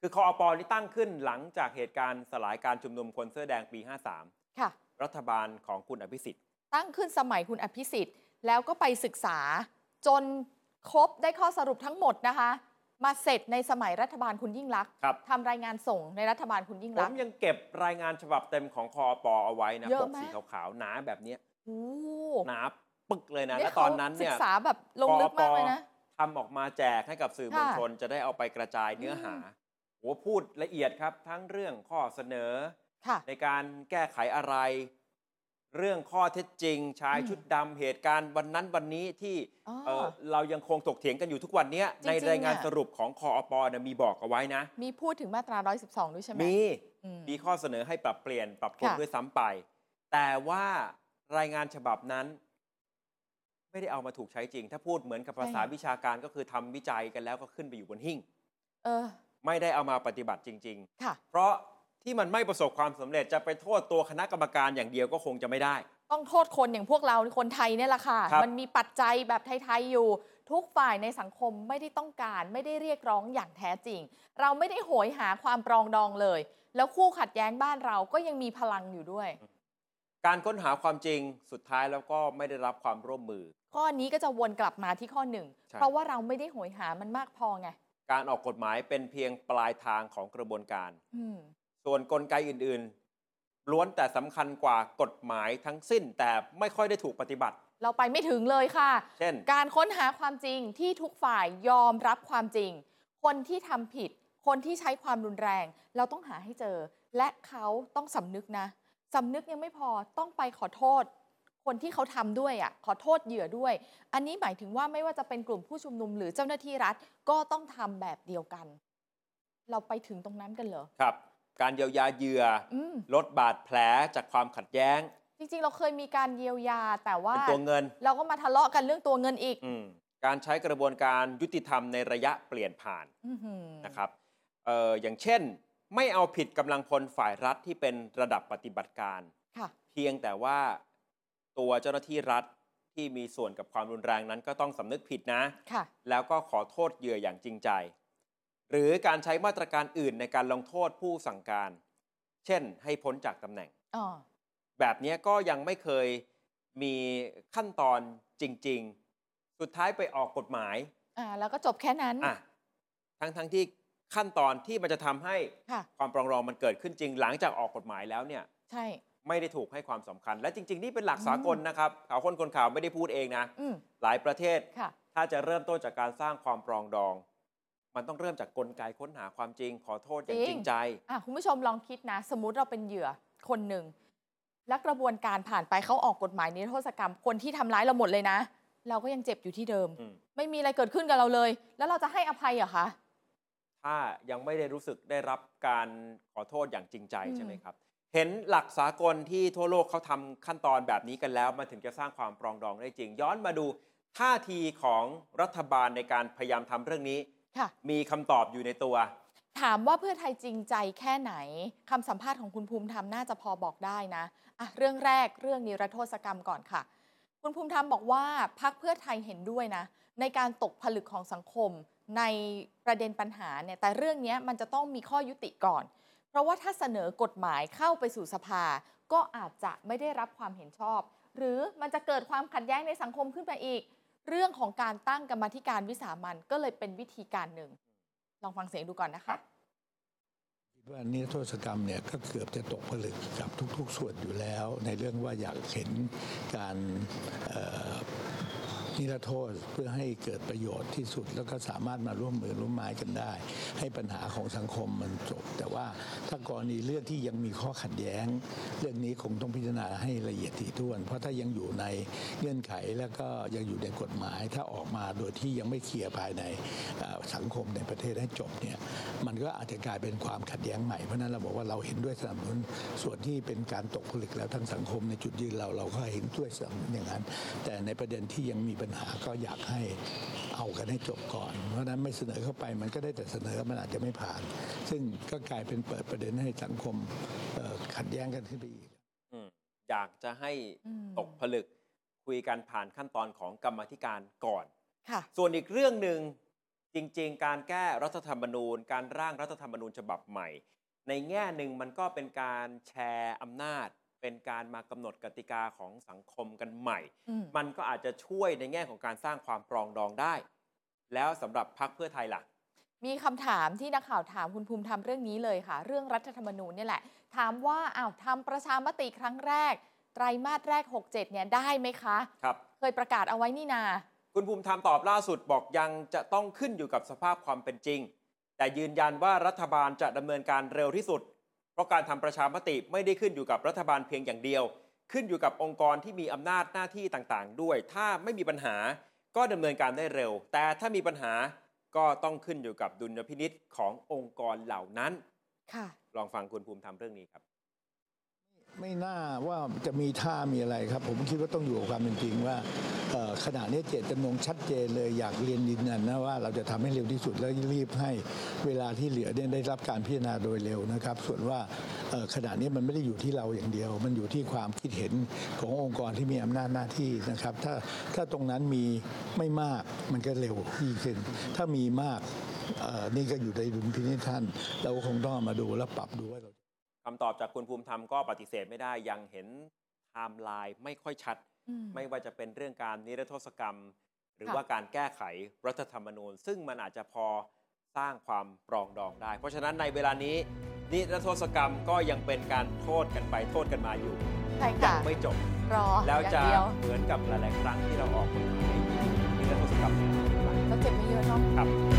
[SPEAKER 2] คือคออปอนี่ตั้งขึ้นหลังจากเหตุการณ์สลายการชุมนุมคนเสื้อแดงปี 53
[SPEAKER 3] ค่ะ
[SPEAKER 2] รัฐบาลของคุณอภิสิทธิ์
[SPEAKER 3] ตั้งขึ้นสมัยคุณอภิสิทธิ์แล้วก็ไปศึกษา จนครบได้ข้อสรุปทั้งหมดนะคะ มาเสร็จในสมัยรัฐบาลคุณยิ่งลักษณ์
[SPEAKER 2] ครับ
[SPEAKER 3] ทำรายงานส่งในรัฐบาลคุณยิ่ง
[SPEAKER 2] ผ
[SPEAKER 3] ลัก
[SPEAKER 2] ม
[SPEAKER 3] ษณ์
[SPEAKER 2] ยังเก็บรายงานฉบับเต็มของคอปอเอาไว้นะ
[SPEAKER 3] เย
[SPEAKER 2] ป
[SPEAKER 3] อะ
[SPEAKER 2] ก
[SPEAKER 3] ไหม
[SPEAKER 2] สีขาวๆหนาแบบเนี้ย
[SPEAKER 3] โอ้โห
[SPEAKER 2] หนาปึกเลยนะ
[SPEAKER 3] ย
[SPEAKER 2] และตอนนั้นเนี่ย
[SPEAKER 3] ศึกษาแบบลงลึกมากเลยนะ
[SPEAKER 2] ทำออกมาแจกให้กับสื่อมวลชนจะได้เอาไปกระจายเนื้อหาโหพูดละเอียดครับ ทั้งเรื่องข้อเสนอ
[SPEAKER 3] ค่ะ
[SPEAKER 2] ในการแก้ไขอะไร เรื่องข้อเท็จจริง ชาย
[SPEAKER 3] อืม
[SPEAKER 2] ชุดดำเหตุการณ์วันนั้นวันนี้ที่
[SPEAKER 3] อ๋อ
[SPEAKER 2] เอ่อเรายังคงถกเถียงกันอยู่ทุกวันเนี้ย
[SPEAKER 3] จริงๆ
[SPEAKER 2] ในรายงาน
[SPEAKER 3] อะ
[SPEAKER 2] สรุปของคออปเนยมีบอกเอาไว้นะ
[SPEAKER 3] มีพูดถึงมาตรา 112 ด้วยใช่ไหม
[SPEAKER 2] มี
[SPEAKER 3] อืม
[SPEAKER 2] มีข้อเสนอให้ปรับเปลี่ยนปรับปรุง
[SPEAKER 3] ค่ะ
[SPEAKER 2] ด้วยซ้ำไป แต่ว่ารายงานฉบับนั้น ไม่ได้เอามาถูกใช้จริง ถ้าพูดเหมือนกับภาษาวิชาการก็คือทำวิจัยกันแล้วก็ขึ้นไปอยู่บนหิ้ง
[SPEAKER 3] เออ
[SPEAKER 2] ไม่ได้เอามาปฏิบัติจริง
[SPEAKER 3] ค่ะ
[SPEAKER 2] ๆ เพราะที่มันไม่ประสบความสำเร็จจะไปโทษตัวคณะกรรมการอย่างเดียวก็คงจะไม่ได้
[SPEAKER 3] ต้องโทษคนอย่างพวกเราคนไทยเนี่ยแหละค่ะ
[SPEAKER 2] ครับ
[SPEAKER 3] มันมีปัจจัยแบบไทย ๆ อยู่ ทุกฝ่ายในสังคมไม่ได้ต้องการ ไม่ได้เรียกร้องอย่างแท้จริง เราไม่ได้โหยหาความปรองดองเลย แล้วคู่ขัดแย้งบ้านเราก็ยังมีพลังอยู่ด้วย
[SPEAKER 2] การค้นหาความจริงสุดท้ายแล้วก็ไม่ได้รับความร่วมมือ
[SPEAKER 3] ข้อนี้ก็จะวนกลับมาที่ข้อหนึ่ง
[SPEAKER 2] ใช่
[SPEAKER 3] เพราะว่าเราไม่ได้โหยหามันมากพอไง
[SPEAKER 2] การออกกฎหมายเป็นเพียงปลายทางของกระบวนการ
[SPEAKER 3] อืม
[SPEAKER 2] ส่วนกลไกอื่นๆ ล้วนแต่สำคัญกว่ากฎหมายทั้งสิ้นแต่ไม่ค่อยได้ถูกปฏิบัติ
[SPEAKER 3] เราไปไม่ถึงเลยค่ะ
[SPEAKER 2] เช่น
[SPEAKER 3] การค้นหาความจริงที่ทุกฝ่ายยอมรับความจริง คนที่ทำผิด คนที่ใช้ความรุนแรง เราต้องหาให้เจอ และเขาต้องสำนึกนะสำนึกยังไม่พอต้องไปขอโทษ คนที่เขาทำด้วยอ่ะขอโทษเหยื่อด้วย อันนี้หมายถึงว่าไม่ว่าจะเป็นกลุ่มผู้ชุมนุมหรือเจ้าหน้าที่รัฐก็ต้องทำแบบเดียวกัน เราไปถึงตรงนั้นกันเหรอ
[SPEAKER 2] ครับ การเยียวยาเหยื่ออ
[SPEAKER 3] อืม
[SPEAKER 2] ลดบาดแผลจากความขัดแย้ง
[SPEAKER 3] จริงๆ เราเคยมีการเยียวยาแต่ว่า
[SPEAKER 2] เป็นตัวเงิน
[SPEAKER 3] เราก็มาทะเลาะกันเรื่องตัวเงินอีก
[SPEAKER 2] อืมการใช้กระบวนการยุติธรรมในระยะเปลี่ยนผ่าน
[SPEAKER 3] อื้อหือ
[SPEAKER 2] นะครับเอ่ออย่างเช่น ไม่เอาผิดกำลังพลฝ่ายรัฐที่เป็นระดับปฏิบัติการ
[SPEAKER 3] ค่ะ
[SPEAKER 2] เพียงแต่ว่าตัวเจ้าหน้าที่รัฐที่มีส่วนกับความรุนแรงนั้นก็ต้องสำนึกผิดนะ
[SPEAKER 3] ค่ะ
[SPEAKER 2] แล้วก็ขอโทษเหยื่ออย่างจริงใจ หรือการใช้มาตรการอื่นในการลงโทษผู้สั่งการ เช่น ให้พ้นจากตำแหน่ง
[SPEAKER 3] อ๋อ
[SPEAKER 2] แบบเนี้ยก็ยังไม่เคยมีขั้นตอนจริง ๆ สุดท้ายไปออกกฎหมาย
[SPEAKER 3] อ่าแล้วก็จบแค่นั้น
[SPEAKER 2] อ่ะทั้งทั้งๆที่ขั้นตอนที่มันจะทำให้
[SPEAKER 3] ค่ะ
[SPEAKER 2] ความปรองดองมันเกิดขึ้นจริง หลังจากออกกฎหมายแล้วเนี่ย
[SPEAKER 3] ใช่
[SPEAKER 2] ไม่ได้ถูกให้ความสำคัญ และจริง ๆ นี่เป็นหลักสากล
[SPEAKER 3] อืม
[SPEAKER 2] นะครับข่าวคนคนข่าวไม่ได้พูดเองนะ
[SPEAKER 3] อืม
[SPEAKER 2] หลายประเทศ
[SPEAKER 3] ค่ะ
[SPEAKER 2] ถ้าจะเริ่มต้นจากการสร้างความปรองดอง มันต้องเริ่มจากกลไกค้นหาความจริง ขอโทษอย่าง
[SPEAKER 3] จ
[SPEAKER 2] จ
[SPEAKER 3] ริง
[SPEAKER 2] ริงใจ
[SPEAKER 3] อ่ะคุณผู้ชมลองคิดนะ สมมติเราเป็นเหยื่อคนหนึ่ง และกระบวนการผ่านไปเขาออกกฎหมายนิรโทษกรรมคนที่ทำร้ายเราหมดเลยนะ เราก็ยังเจ็บอยู่ที่เดิม
[SPEAKER 2] อืม
[SPEAKER 3] ไม่มีอะไรเกิดขึ้นกับเราเลย แล้วเราจะให้อภัยเหรอคะ
[SPEAKER 2] ถ้ายังไม่ได้รู้สึกได้รับการขอโทษอย่างจริงใจ
[SPEAKER 3] อืม
[SPEAKER 2] ใช่ไหมครับ เห็นหลักสากลที่ทั่วโลกเขาทำขั้นตอนแบบนี้กันแล้ว มันถึงจะสร้างความปรองดองได้จริง ย้อนมาดูท่าทีของรัฐบาลในการพยายามทำเรื่องนี้
[SPEAKER 3] ค่ะ
[SPEAKER 2] มีคำตอบอยู่ในตัว
[SPEAKER 3] ถามว่าเพื่อไทยจริงใจแค่ไหนคำสัมภาษณ์ของคุณภูมิธรรมน่าจะพอบอกได้นะอ่ะเรื่องแรกเรื่องนิรโทษกรรมก่อนค่ะ คุณภูมิธรรมบอกว่าพักเพื่อไทยเห็นด้วยนะ ในการตกผลึกของสังคมในประเด็นปัญหาเนี่ยแต่เรื่องเนี้ยมันจะต้องมีข้อยุติก่อน เพราะว่าถ้าเสนอกฎหมายเข้าไปสู่สภา ก็อาจจะไม่ได้รับความเห็นชอบ หรือมันจะเกิดความขัดแย้งในสังคมขึ้นไปอีก เรื่องของการตั้งกรรมาธิการวิสามันก็เลยเป็นวิธีการหนึ่ง ลองฟังเสียงดูก่อนนะ
[SPEAKER 2] ครั
[SPEAKER 3] คะ
[SPEAKER 2] บ
[SPEAKER 4] คิดว่านิรโทษกรรมเนี่ยก็เกือบจะตกผลึกกับทุกๆ ส่วนอยู่แล้ว ในเรื่องว่าอยากเห็นการเอ่อนิรโทษเพื่อให้เกิดประโยชน์ที่สุด แล้วก็สามารถมาร่วมมือร่วมไม้กันได้ ให้ปัญหาของสังคมมันจบ แต่ว่าถ้ากรณีเรื่องที่ยังมีข้อขัดแย้ง เรื่องนี้คงต้องพิจารณาให้ละเอียดถี่ถ้วน เพราะถ้ายังอยู่ในเงื่อนไขแล้วก็ยังอยู่ในกฎหมาย ถ้าออกมาโดยที่ยังไม่เคลียร์ภายในเอ่อสังคมในประเทศให้จบเนี่ย มันก็อาจจะกลายเป็นความขัดแย้งใหม่ เพราะฉะนั้นเราบอกว่าเราเห็นด้วยสนับสนุนส่วนที่เป็นการตกผลึกแล้วทั้งสังคมในจุดยืนเราเราก็เห็นด้วยสนับสนุนอย่างนั้น แต่ในประเด็นที่ยังมีปัญหาก็อยากให้เอากันให้จบก่อน เพราะฉะนั้นไม่เสนอเข้าไปมันก็ได้แต่เสนอมันอาจจะไม่ผ่าน ซึ่งก็กลายเป็นเปิดประเด็นให้สังคมเอ่อขัดแย้งกันขึ้นไปอีก
[SPEAKER 2] อืมอยากจะให้
[SPEAKER 3] อืม
[SPEAKER 2] ตกผลึกคุยกันผ่านขั้นตอนของกรรมาธิการก่อน
[SPEAKER 3] ค่ะ
[SPEAKER 2] ส่วนอีกเรื่องหนึ่งจริง ๆ การแก้รัฐธรรมนูญ การร่างรัฐธรรมนูญฉบับใหม่ ในแง่หนึ่งมันก็เป็นการแชร์อำนาจ เป็นการมากำหนดกติกาของสังคมกันใหม่
[SPEAKER 3] อืม
[SPEAKER 2] มันก็อาจจะช่วยในแง่ของการสร้างความปรองดองได้ แล้วสำหรับพักเพื่อไทยล่ะ
[SPEAKER 3] มีคำถามที่นักข่าวถามคุณภูมิธรรมเรื่องนี้เลยค่ะ เรื่องรัฐธรรมนูญเนี่ยแหละ ถามว่าอ้าวทำประชามติครั้งแรก ไตรมาสแรก 67 เนี่ยได้ไหมคะ
[SPEAKER 2] ครับ
[SPEAKER 3] เคยประกาศเอาไว้นี่นา
[SPEAKER 2] คุณภูมิธรรมตอบล่าสุดบอกยังจะต้องขึ้นอยู่กับสภาพความเป็นจริง แต่ยืนยันว่ารัฐบาลจะดำเนินการเร็วที่สุด เพราะการทำประชามติไม่ได้ขึ้นอยู่กับรัฐบาลเพียงอย่างเดียว ขึ้นอยู่กับองค์กรที่มีอำนาจหน้าที่ต่างๆ ด้วย ถ้าไม่มีปัญหาก็ดำเนินการได้เร็ว แต่ถ้ามีปัญหาก็ต้องขึ้นอยู่กับดุลยพินิษขององค์กรเหล่านั้น
[SPEAKER 3] ค่ะ
[SPEAKER 2] ลองฟังคุณภูมิธรรมเรื่องนี้ครับ
[SPEAKER 4] ไม่น่าว่าจะมีท่ามีอะไรครับ ผมคิดว่าต้องอยู่กับความเป็นจริงว่าเอ่อขณะนี้เจตจำนงชัดเจนเลยอยากเรียนยืนยันนะว่าเราจะทำให้เร็วที่สุดแล้วรีบให้เวลาที่เหลือเนี่ยได้รับการพิจารณาโดยเร็วนะครับ ส่วนว่าเอ่อขณะนี้มันไม่ได้อยู่ที่เราอย่างเดียว มันอยู่ที่ความคิดเห็นขององค์กรที่มีอำนาจหน้าที่นะครับถ้าถ้าตรงนั้นมีไม่มากมันก็เร็วยิ่งขึ้น ถ้ามีมากเอ่อนี่ก็อยู่ในดุลพินิจท่าน เราก็คงต้องเอามาดูและปรับดูว่าเรา
[SPEAKER 2] คำตอบจากคุณภูมิธรรมก็ปฏิเสธไม่ได้ยังเห็นไทม์ไลน์ไม่ค่อยชัด
[SPEAKER 3] อืม
[SPEAKER 2] ไม่ว่าจะเป็นเรื่องการนิรโทษกรรม หรือ
[SPEAKER 3] ค่ะ
[SPEAKER 2] ว่าการแก้ไขรัฐธรรมนูญ ซึ่งมันอาจจะพอสร้างความปรองดองได้ เพราะฉะนั้นในเวลานี้ นิรโทษกรรมก็ยังเป็นการโทษกันไปโทษกันมาอยู่
[SPEAKER 3] ใช่ค่ะ
[SPEAKER 2] ไม่จบ
[SPEAKER 3] รออ
[SPEAKER 2] แล้ว
[SPEAKER 3] ย่าง
[SPEAKER 2] จะ
[SPEAKER 3] เดียว
[SPEAKER 2] เหมือนกับหลาย ๆ ครั้งที่เราออกกฎหมายนิรโทษกรรมหลายๆครั้ง
[SPEAKER 3] ก็เจ็บไม่เยอะเนาะ
[SPEAKER 2] ครับ